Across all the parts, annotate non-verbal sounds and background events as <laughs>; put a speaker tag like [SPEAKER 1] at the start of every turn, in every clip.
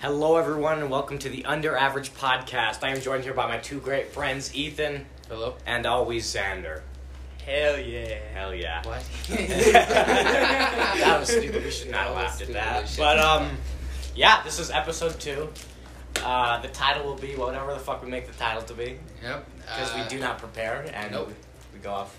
[SPEAKER 1] Hello, everyone, and welcome to the Under Average Podcast. I am joined here by my two great friends, Ethan
[SPEAKER 2] Hello.
[SPEAKER 1] and always Xander.
[SPEAKER 2] Hell yeah.
[SPEAKER 1] Hell
[SPEAKER 2] <laughs>
[SPEAKER 1] yeah. <laughs>
[SPEAKER 2] What?
[SPEAKER 1] that was stupid. We should not have laughed at that. But,
[SPEAKER 2] uh,
[SPEAKER 1] um, yeah, this is episode two. Uh, the title will be whatever the fuck we make the title to be,
[SPEAKER 2] Yep.
[SPEAKER 1] because Uh, <laughs> we do not prepare and
[SPEAKER 2] nope.
[SPEAKER 1] we go off.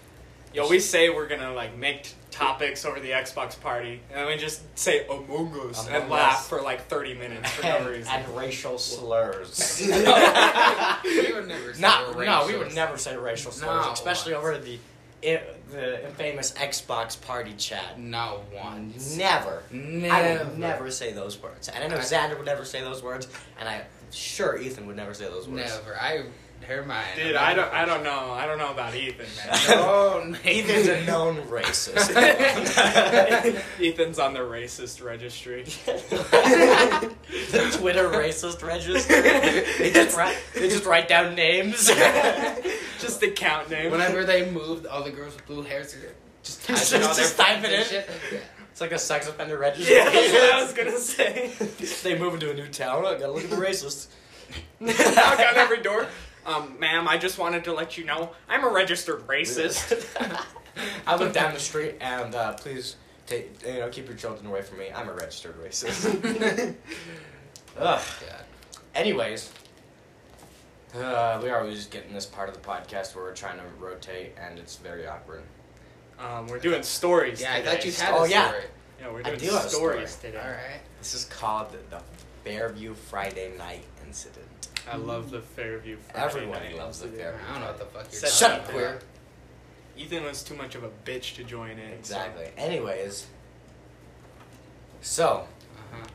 [SPEAKER 3] Yo, we say we're gonna like make t- topics over the Xbox party, and we just say Among Us
[SPEAKER 1] Among
[SPEAKER 3] and laugh
[SPEAKER 1] Us.
[SPEAKER 3] for like thirty minutes for
[SPEAKER 1] <laughs>
[SPEAKER 2] <laughs>
[SPEAKER 3] no
[SPEAKER 1] And,
[SPEAKER 3] reason.
[SPEAKER 1] and racial slurs. <laughs>
[SPEAKER 2] we would <laughs> never. say
[SPEAKER 1] Not,
[SPEAKER 2] we're
[SPEAKER 1] no, we would
[SPEAKER 2] racist.
[SPEAKER 1] never say racial slurs,
[SPEAKER 2] No.
[SPEAKER 1] especially over the i the infamous Xbox party chat.
[SPEAKER 2] Not once.
[SPEAKER 1] Never.
[SPEAKER 2] Never.
[SPEAKER 1] I would never say those words. And I know
[SPEAKER 2] I-
[SPEAKER 1] Xander would never say those words, and I'm sure Ethan would never say those words.
[SPEAKER 2] Never. I. Never mind.
[SPEAKER 3] Dude, I don't, I don't know, I don't know about Ethan, man.
[SPEAKER 2] <laughs>
[SPEAKER 1] <laughs>
[SPEAKER 2] Oh,
[SPEAKER 1] Ethan's
[SPEAKER 2] <laughs>
[SPEAKER 1] a known
[SPEAKER 3] <laughs>
[SPEAKER 1] racist.
[SPEAKER 3] Ethan's on the racist registry.
[SPEAKER 1] <laughs>
[SPEAKER 3] <laughs>
[SPEAKER 1] the Twitter racist register. They just, write, they just write down names.
[SPEAKER 3] Just the count name.
[SPEAKER 2] <laughs>
[SPEAKER 3] <laughs>
[SPEAKER 2] Whenever they moved, all the girls with blue hairs
[SPEAKER 1] <laughs>
[SPEAKER 2] just type
[SPEAKER 1] Just-
[SPEAKER 2] in all
[SPEAKER 1] just
[SPEAKER 2] their
[SPEAKER 1] type it
[SPEAKER 2] friends
[SPEAKER 1] in.
[SPEAKER 2] and
[SPEAKER 1] <laughs>
[SPEAKER 2] shit.
[SPEAKER 1] it's like a sex offender register.
[SPEAKER 3] yeah, that's <laughs> what I was gonna say.
[SPEAKER 1] <laughs> they move into a new town. I gotta look at the racists.
[SPEAKER 3] Knock on every door. Um, ma'am, I just wanted to let you know I'm a registered racist. <laughs>
[SPEAKER 1] <laughs> I look down the street and uh, please take you know keep your children away from me. I'm a registered racist. Ugh.
[SPEAKER 2] God.
[SPEAKER 1] Anyways, uh, we are always getting this part of the podcast where we're trying to rotate and it's very awkward.
[SPEAKER 3] Um, we're doing stories.
[SPEAKER 2] Yeah, I
[SPEAKER 3] today.
[SPEAKER 2] thought you had
[SPEAKER 1] Oh,
[SPEAKER 2] a
[SPEAKER 1] yeah.
[SPEAKER 2] story.
[SPEAKER 3] Yeah, we're
[SPEAKER 1] I
[SPEAKER 3] doing
[SPEAKER 1] do have a story.
[SPEAKER 3] stories today.
[SPEAKER 2] All right.
[SPEAKER 1] This is called the, the Fairview Friday Night Incident.
[SPEAKER 3] I love the Fairview. Friday
[SPEAKER 1] Everyone
[SPEAKER 3] night
[SPEAKER 1] loves the
[SPEAKER 3] incident.
[SPEAKER 1] Fairview.
[SPEAKER 2] I don't know what the fuck you're
[SPEAKER 3] Shut
[SPEAKER 2] talking
[SPEAKER 1] up,
[SPEAKER 2] about.
[SPEAKER 1] queer.
[SPEAKER 3] Ethan was too much of a bitch to join in. so-
[SPEAKER 1] Exactly. Anyways, so
[SPEAKER 2] Uh-huh.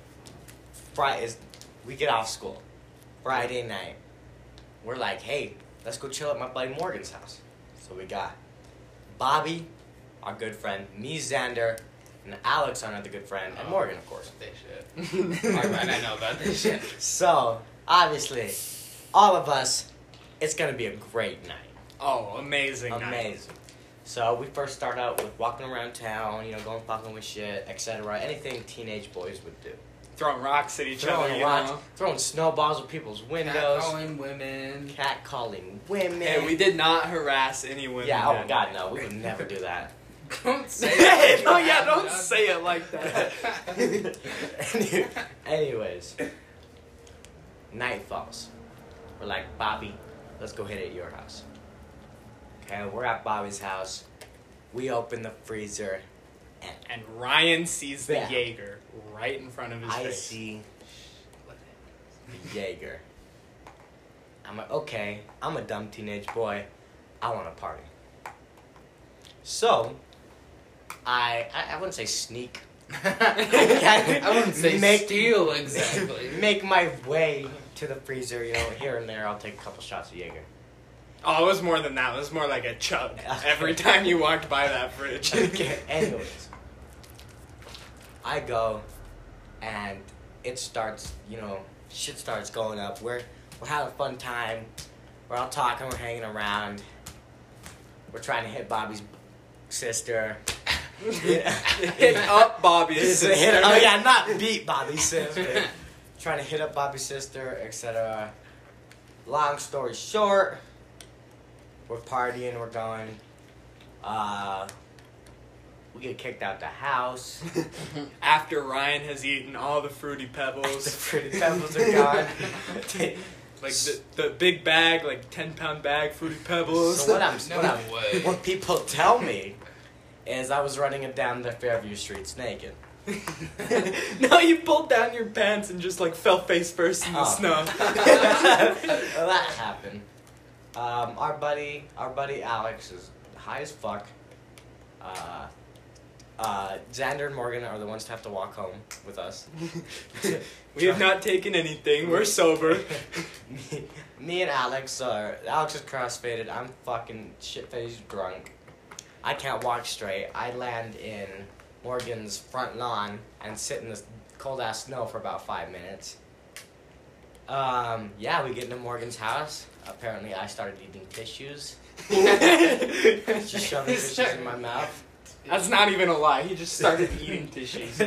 [SPEAKER 1] Friday is we get off school. Friday night, we're like, hey, let's go chill at my buddy Morgan's house. So we got Bobby, our good friend, me, Xander, and Alex, another good friend, and
[SPEAKER 2] Oh.
[SPEAKER 1] Morgan, of
[SPEAKER 2] <laughs>
[SPEAKER 1] course.
[SPEAKER 2] They shit. Never mind, I know
[SPEAKER 1] <laughs>
[SPEAKER 2] about this shit.
[SPEAKER 1] So obviously, all of us, it's gonna be a great night.
[SPEAKER 3] Oh, amazing! night.
[SPEAKER 1] Amazing. So we first start out with walking around town, you know, going fucking with shit, etc. Anything teenage boys would do.
[SPEAKER 3] Throwing rocks at each other,
[SPEAKER 1] Throwing
[SPEAKER 3] you
[SPEAKER 1] rocks,
[SPEAKER 3] know.
[SPEAKER 1] throwing snowballs at people's windows,
[SPEAKER 2] Catcalling women.
[SPEAKER 1] <laughs> catcalling women.
[SPEAKER 3] Hey, we did not harass anyone.
[SPEAKER 1] yeah, oh god, no, we would never do that.
[SPEAKER 2] <laughs> Don't say
[SPEAKER 3] <laughs> Hey,
[SPEAKER 2] that.
[SPEAKER 3] no,
[SPEAKER 1] <laughs>
[SPEAKER 3] yeah, don't say it like that.
[SPEAKER 1] Any- Anyways, night falls. We're like, Bobby, let's go hit it at your house. Okay, we're at Bobby's house. We open the freezer, and
[SPEAKER 3] And Ryan sees the
[SPEAKER 1] Yeah.
[SPEAKER 3] Jaeger right in front of his
[SPEAKER 1] I
[SPEAKER 3] face.
[SPEAKER 1] see the Jaeger. I'm like, okay, I'm a dumb teenage boy. I want to party. So, I, I I wouldn't say sneak.
[SPEAKER 2] <laughs> I wouldn't say
[SPEAKER 1] Make-
[SPEAKER 2] steal exactly.
[SPEAKER 1] <laughs> Make my way to the freezer, you know, here and there. I'll take a couple shots of Jaeger.
[SPEAKER 3] Oh, it was more than that. It was more like a
[SPEAKER 1] <laughs>
[SPEAKER 3] chug
[SPEAKER 1] Okay.
[SPEAKER 3] every time you walked by that
[SPEAKER 1] <laughs>
[SPEAKER 3] fridge.
[SPEAKER 1] Okay, anyways, I go, and it starts. You know, shit starts going up. We're we're having a fun time. We're all talking. We're hanging around. We're trying to hit Bobby's sister.
[SPEAKER 3] <laughs>
[SPEAKER 1] <laughs>
[SPEAKER 3] Hit up Bobby.
[SPEAKER 1] Just to hit oh yeah, not beat Bobby's sister. Trying to hit up Bobby's sister, etc. Long story short, we're partying, we're going. Uh, we get kicked out the house. <laughs>
[SPEAKER 3] After Ryan has eaten all the
[SPEAKER 1] <laughs>
[SPEAKER 3] fruity
[SPEAKER 1] the
[SPEAKER 3] pebbles,
[SPEAKER 1] fruity pebbles are gone.
[SPEAKER 3] <laughs>
[SPEAKER 1] <laughs>
[SPEAKER 3] like the, the big bag, like ten pound bag, fruity pebbles.
[SPEAKER 1] So what I'm,
[SPEAKER 2] No
[SPEAKER 1] what, I'm-
[SPEAKER 2] way.
[SPEAKER 1] what people tell me is I was running it down the Fairview streets naked.
[SPEAKER 3] <laughs> no, you pulled down your pants and just like fell face first in
[SPEAKER 1] <laughs>
[SPEAKER 3] the
[SPEAKER 1] Oh.
[SPEAKER 3] snow.
[SPEAKER 1] well, that happened. Um, our buddy, our buddy Alex is high as fuck. Uh, uh, Xander and Morgan are the ones to have to walk home with
[SPEAKER 3] <laughs>
[SPEAKER 1] us. <laughs>
[SPEAKER 3] we have not taken anything. We're sober.
[SPEAKER 1] me, <laughs> me and Alex are. Alex is crossfaded. I'm fucking shit faced drunk. I can't walk straight. I land in Morgan's front lawn and sit in the cold ass snow for about five minutes. Um, yeah, we get into Morgan's house. Apparently, I started eating tissues.
[SPEAKER 3] <laughs>
[SPEAKER 1] She
[SPEAKER 3] That's
[SPEAKER 1] shoved the tissues in my mouth. <laughs>
[SPEAKER 3] not even a lie. He just started eating tissues.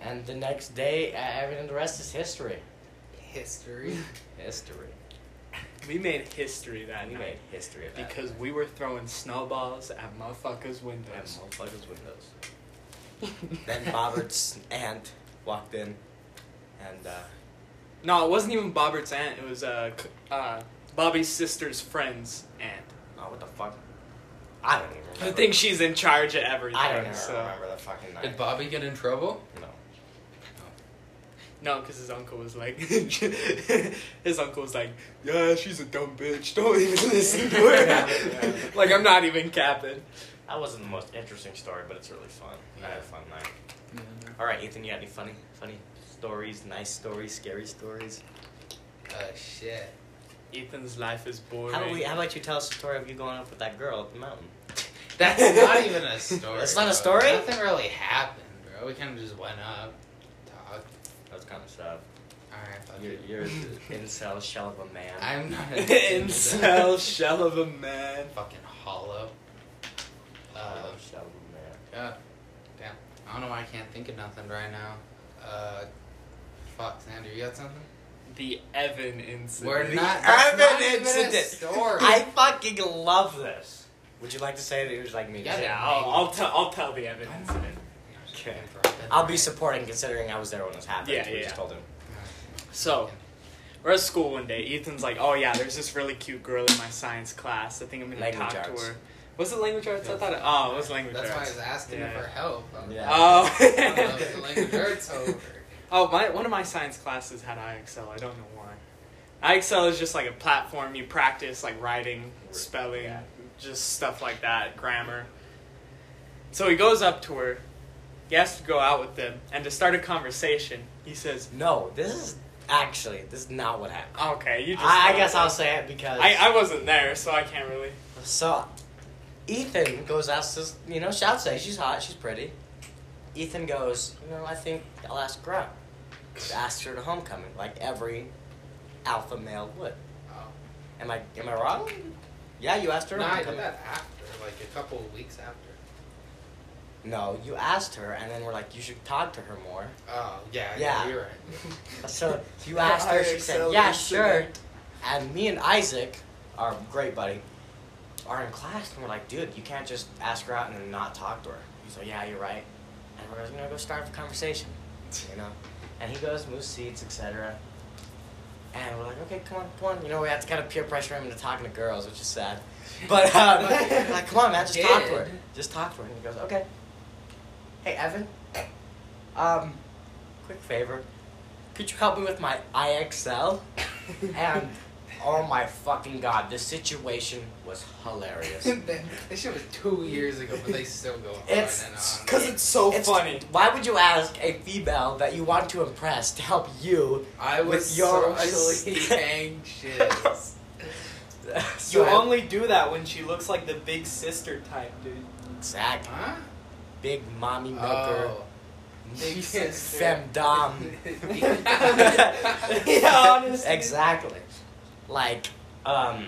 [SPEAKER 1] And the next day, I I mean, the rest is history.
[SPEAKER 2] History.
[SPEAKER 1] <laughs> History.
[SPEAKER 3] We made history that
[SPEAKER 1] We
[SPEAKER 3] night.
[SPEAKER 1] made history of that.
[SPEAKER 3] Because we were throwing snowballs at motherfuckers'
[SPEAKER 1] At
[SPEAKER 3] windows.
[SPEAKER 1] motherfuckers' windows. then Bobbert's aunt walked in, and uh,
[SPEAKER 3] no, it wasn't even Bobbert's aunt. It was uh, c- uh, Bobby's sister's friend's aunt.
[SPEAKER 1] oh, what the fuck? I don't even. Remember.
[SPEAKER 3] I think she's in charge of everything.
[SPEAKER 1] Oh. I don't even
[SPEAKER 3] so.
[SPEAKER 1] remember the fucking night.
[SPEAKER 2] Did Bobby get in trouble?
[SPEAKER 1] no.
[SPEAKER 3] No, because his uncle was like, <laughs> his uncle was like, yeah, she's a dumb bitch. Don't even <laughs> listen to her.
[SPEAKER 1] Yeah.
[SPEAKER 3] <laughs> like I'm not even capping.
[SPEAKER 1] That wasn't the most interesting story, but it's really fun. I had a fun night.
[SPEAKER 2] Yeah.
[SPEAKER 1] All right, Ethan, you got any funny, funny stories, nice stories, scary stories?
[SPEAKER 2] Oh shit.
[SPEAKER 3] Ethan's life is boring.
[SPEAKER 1] How about
[SPEAKER 3] <laughs>
[SPEAKER 1] we? How about you tell us a story of you going up with that girl up the mountain?
[SPEAKER 2] That's not even a story.
[SPEAKER 1] That's not a
[SPEAKER 2] bro.
[SPEAKER 1] story?
[SPEAKER 2] Nothing really happened, bro. We kind of just went up, talked.
[SPEAKER 1] That was kind of sad.
[SPEAKER 2] Alright, fuck
[SPEAKER 1] You're,
[SPEAKER 2] it.
[SPEAKER 1] you're an <laughs> incel shell of a man. <laughs>
[SPEAKER 2] I'm not an
[SPEAKER 3] Incel shell of a man.
[SPEAKER 2] Fucking hollow. Uh,
[SPEAKER 1] shell of
[SPEAKER 2] yeah. Damn. I don't know why I can't think of nothing right now. Uh, fuck, Xander, you got something?
[SPEAKER 3] The Evan incident.
[SPEAKER 2] We're not.
[SPEAKER 1] urban
[SPEAKER 2] That's not even
[SPEAKER 1] incident.
[SPEAKER 2] A story.
[SPEAKER 1] a man. I fucking love this. Would you like to say that it was like me?
[SPEAKER 2] Yeah.
[SPEAKER 1] too?
[SPEAKER 3] Yeah, I'll, I'll tell. I'll tell the Evan incident.
[SPEAKER 1] Okay. I'll be supporting considering I was there when this happened.
[SPEAKER 3] Yeah,
[SPEAKER 1] We
[SPEAKER 3] yeah.
[SPEAKER 1] just told him.
[SPEAKER 3] So, we're at school one day. Ethan's like, "Oh yeah, there's this really cute girl in my science class. I think I'm gonna
[SPEAKER 1] Language
[SPEAKER 3] talk
[SPEAKER 1] arts.
[SPEAKER 3] to her." Was it language arts? I thought it. Oh, it was language
[SPEAKER 2] That's why I
[SPEAKER 3] arts.
[SPEAKER 2] was asking
[SPEAKER 3] Yeah.
[SPEAKER 2] for help. I'm
[SPEAKER 1] Yeah.
[SPEAKER 2] like,
[SPEAKER 3] <laughs>
[SPEAKER 2] "Oh, I don't know if the language
[SPEAKER 1] <laughs>
[SPEAKER 3] Oh.
[SPEAKER 2] arts over.
[SPEAKER 3] oh, my one of my science classes had IXL. I don't know why. IXL is just like a platform you practice like writing, spelling,
[SPEAKER 1] Yeah.
[SPEAKER 3] just stuff like that, grammar. So he goes up to her. He has to go out with them and to start a conversation. He says,
[SPEAKER 1] No, this is actually this is not what happened.
[SPEAKER 3] "Okay, you just."
[SPEAKER 1] I, I guess I'll say it because
[SPEAKER 3] I, I wasn't there, so I can't really.
[SPEAKER 1] So, Ethan goes asks this, you know, shouts at her, she's hot, she's pretty. Ethan goes, you know, I think I'll ask her out. Asked her to homecoming, like every alpha male would.
[SPEAKER 2] Oh.
[SPEAKER 1] Am I am I wrong? Yeah, you asked her to
[SPEAKER 2] No, I did
[SPEAKER 1] homecoming.
[SPEAKER 2] that after, like a couple of weeks after.
[SPEAKER 1] No, you asked her, and then we're like, you should talk to her more.
[SPEAKER 2] Oh yeah,
[SPEAKER 1] Yeah.
[SPEAKER 2] yeah, you're
[SPEAKER 1] <laughs>
[SPEAKER 2] right.
[SPEAKER 1] So
[SPEAKER 2] <laughs>
[SPEAKER 1] you asked her, she said,
[SPEAKER 3] IXL
[SPEAKER 1] yeah,
[SPEAKER 3] is
[SPEAKER 1] sure.
[SPEAKER 3] sick.
[SPEAKER 1] And me and Isaac, our great buddy, are in class, and we're like, dude, you can't just ask her out and then not talk to her. He's like, yeah, you're right. And we're gonna go start a conversation, you know. And he goes, move seats, etc. And we're like, okay, come on, come on. You know, we have to kind of peer pressure him into talking to girls, which is sad. But
[SPEAKER 2] <laughs>
[SPEAKER 1] um, we're like, come on, man, just talk to her.
[SPEAKER 2] Did.
[SPEAKER 1] Just talk to her. And he goes, okay. Hey, Evan. Um, quick favor. Could you help me with my IXL? <laughs>
[SPEAKER 2] <laughs>
[SPEAKER 1] And oh my fucking god, the situation was
[SPEAKER 2] <laughs>
[SPEAKER 1] hilarious.
[SPEAKER 2] this shit was two years ago, but they still go on and um,
[SPEAKER 1] It's <laughs>
[SPEAKER 2] on.
[SPEAKER 1] because it's so
[SPEAKER 3] funny.
[SPEAKER 1] Why would you ask a female that you want to impress to help you?
[SPEAKER 2] I was
[SPEAKER 1] with your-
[SPEAKER 2] socially
[SPEAKER 1] <laughs>
[SPEAKER 2] <laughs> anxious.
[SPEAKER 1] So
[SPEAKER 3] You
[SPEAKER 1] I-
[SPEAKER 3] only do that when she looks like the big sister type, dude.
[SPEAKER 1] exact
[SPEAKER 2] Huh?
[SPEAKER 1] big mommy
[SPEAKER 2] <laughs>
[SPEAKER 1] milker,
[SPEAKER 2] Oh. Big sister.
[SPEAKER 1] <laughs>
[SPEAKER 2] <laughs>
[SPEAKER 1] femdom.
[SPEAKER 3] Yeah, honestly.
[SPEAKER 1] Exactly. Like, um,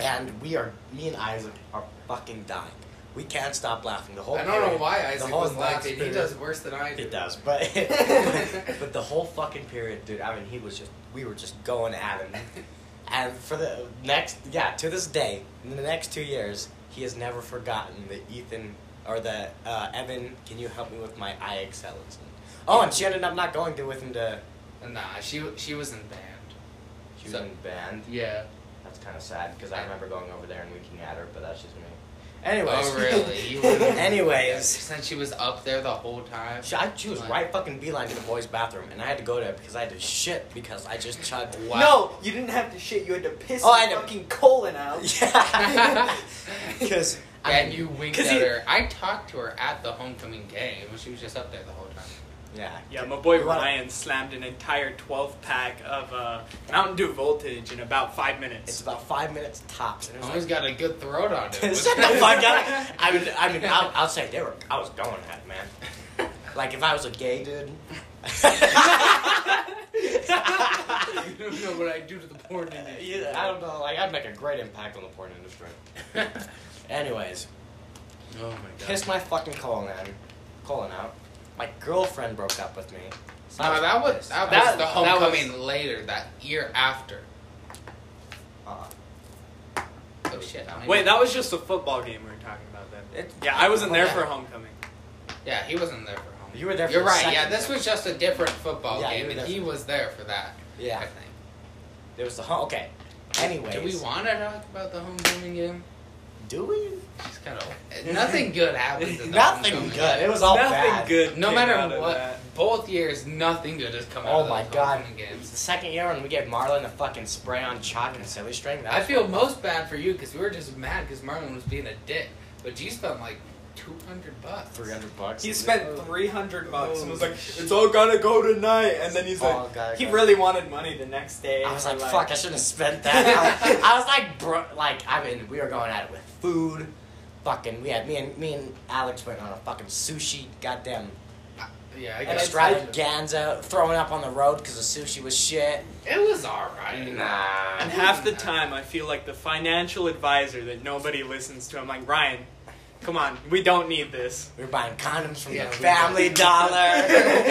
[SPEAKER 1] and we are, me and Isaac are fucking dying. We can't stop laughing. The whole
[SPEAKER 2] I don't know
[SPEAKER 1] period-
[SPEAKER 2] why
[SPEAKER 1] the
[SPEAKER 2] Isaac
[SPEAKER 1] whole
[SPEAKER 2] was
[SPEAKER 1] last
[SPEAKER 2] laughing. He
[SPEAKER 1] period-
[SPEAKER 2] does worse than I do.
[SPEAKER 1] It does, but <laughs> but the whole fucking period, dude. I mean, he was just we were just going at him, and for the next yeah to this day, in the next two years, he has never forgotten the Ethan or the uh, Evan. Can you help me with my IXL? incident?" Oh, and she ended up not going to with him to.
[SPEAKER 2] <laughs> Nah, she she was in band.
[SPEAKER 1] She was
[SPEAKER 2] So-
[SPEAKER 1] in band.
[SPEAKER 2] Yeah.
[SPEAKER 1] That's kind of sad because I remember going over there and winking at her, but that's just me. Anyways,
[SPEAKER 2] Oh
[SPEAKER 3] <laughs>
[SPEAKER 2] really?
[SPEAKER 1] <laughs>
[SPEAKER 2] You wouldn't-
[SPEAKER 1] anyways,
[SPEAKER 2] Since she was up there the whole time.
[SPEAKER 1] She, I, she was right fucking beeline to the boys' bathroom, and I had to go there because I had to shit because I just
[SPEAKER 2] <laughs>
[SPEAKER 1] chugged. <laughs>
[SPEAKER 2] Wow.
[SPEAKER 3] No, you didn't have to shit. You had to piss
[SPEAKER 1] Oh, I
[SPEAKER 3] your
[SPEAKER 1] know.
[SPEAKER 3] fucking colon out.
[SPEAKER 1] <laughs> Yeah. Because I
[SPEAKER 2] and
[SPEAKER 1] mean,
[SPEAKER 2] you winked
[SPEAKER 3] 'cause
[SPEAKER 2] at
[SPEAKER 3] he-
[SPEAKER 2] her. I talked to her at the homecoming game. She was just up there the whole time.
[SPEAKER 1] yeah.
[SPEAKER 3] Yeah, my boy
[SPEAKER 1] Wow.
[SPEAKER 3] Ryan slammed an entire 12 pack of uh, Mountain Dew Voltage in about five
[SPEAKER 1] It's
[SPEAKER 3] minutes.
[SPEAKER 1] about five minutes tops. And it was
[SPEAKER 2] Homie's
[SPEAKER 1] like,
[SPEAKER 2] got a good throat on
[SPEAKER 1] <laughs>
[SPEAKER 2] him.
[SPEAKER 1] shut the fuck up. I mean, I mean, I'll, I'll say they were. I was going at it, man. Like if I was a gay <laughs> dude. yeah,
[SPEAKER 2] <laughs> you don't know what I do to the porn industry.
[SPEAKER 1] I don't know. Like I'd make a great impact on the porn industry. <laughs>
[SPEAKER 2] oh
[SPEAKER 1] Anyways,
[SPEAKER 2] my god.
[SPEAKER 1] pissed my fucking colon out, colon out, my girlfriend broke up with me. So I
[SPEAKER 2] No, that was
[SPEAKER 1] pissed.
[SPEAKER 2] that,
[SPEAKER 3] That-
[SPEAKER 2] was the
[SPEAKER 3] that
[SPEAKER 2] homecoming later, that year after.
[SPEAKER 1] Uh,
[SPEAKER 2] Oh shit! I don't even-
[SPEAKER 3] Wait, that was just a football game we were talking about then.
[SPEAKER 1] it,
[SPEAKER 3] Yeah, I wasn't there
[SPEAKER 2] Yeah.
[SPEAKER 3] for homecoming.
[SPEAKER 2] Yeah, he wasn't there for home.
[SPEAKER 1] You were there for
[SPEAKER 2] You're
[SPEAKER 1] the
[SPEAKER 2] right.
[SPEAKER 1] second
[SPEAKER 2] Yeah, this was just a different football
[SPEAKER 1] Yeah, you
[SPEAKER 2] game,
[SPEAKER 1] were
[SPEAKER 2] and
[SPEAKER 1] there
[SPEAKER 2] he
[SPEAKER 1] for-
[SPEAKER 2] was there for that. I
[SPEAKER 1] yeah.
[SPEAKER 2] think.
[SPEAKER 1] There was the home. Okay. Anyways,
[SPEAKER 2] Do we want to talk about the homecoming game?
[SPEAKER 1] Do we?
[SPEAKER 2] It's kind of <laughs> nothing good
[SPEAKER 1] <laughs>
[SPEAKER 2] happened. in the
[SPEAKER 1] Nothing
[SPEAKER 2] homecoming
[SPEAKER 1] good. It
[SPEAKER 2] game.
[SPEAKER 1] was all
[SPEAKER 3] Nothing
[SPEAKER 1] bad.
[SPEAKER 3] good.
[SPEAKER 2] No
[SPEAKER 3] came out
[SPEAKER 2] matter
[SPEAKER 3] of
[SPEAKER 2] what,
[SPEAKER 3] that.
[SPEAKER 2] both years nothing good has come out
[SPEAKER 1] Oh
[SPEAKER 2] of
[SPEAKER 1] my
[SPEAKER 2] those
[SPEAKER 1] God.
[SPEAKER 2] homecoming
[SPEAKER 1] It's
[SPEAKER 2] games.
[SPEAKER 1] the second year when we gave Marlon a fucking spray on chalk and silly string. That
[SPEAKER 2] I feel most bad for you because we were just mad because Marlon was being a dick, but you spent like two hundred bucks.
[SPEAKER 1] three hundred bucks.
[SPEAKER 3] He spent three hundred bucks and was like,
[SPEAKER 2] Oh.
[SPEAKER 3] "It's all gonna go tonight." And then he's
[SPEAKER 1] Oh,
[SPEAKER 3] like,
[SPEAKER 1] God,
[SPEAKER 3] he
[SPEAKER 1] God.
[SPEAKER 3] really wanted money the next day.
[SPEAKER 1] I was
[SPEAKER 3] or,
[SPEAKER 1] like, fuck, I shouldn't have spent that. I was, I was like, bro, like, I mean, we were going at it with food, fucking. We had me and me and Alex went on a fucking sushi, goddamn
[SPEAKER 2] Yeah, I guess
[SPEAKER 1] extravaganza, throwing up on the road because the sushi was shit.
[SPEAKER 2] It was alright.
[SPEAKER 3] And half the time, I feel like the financial advisor that nobody listens to. I'm like, Ryan, come on, we don't need this.
[SPEAKER 1] We were buying condoms from
[SPEAKER 2] Yeah,
[SPEAKER 1] the
[SPEAKER 2] we
[SPEAKER 1] Family
[SPEAKER 2] were.
[SPEAKER 1] Dollar.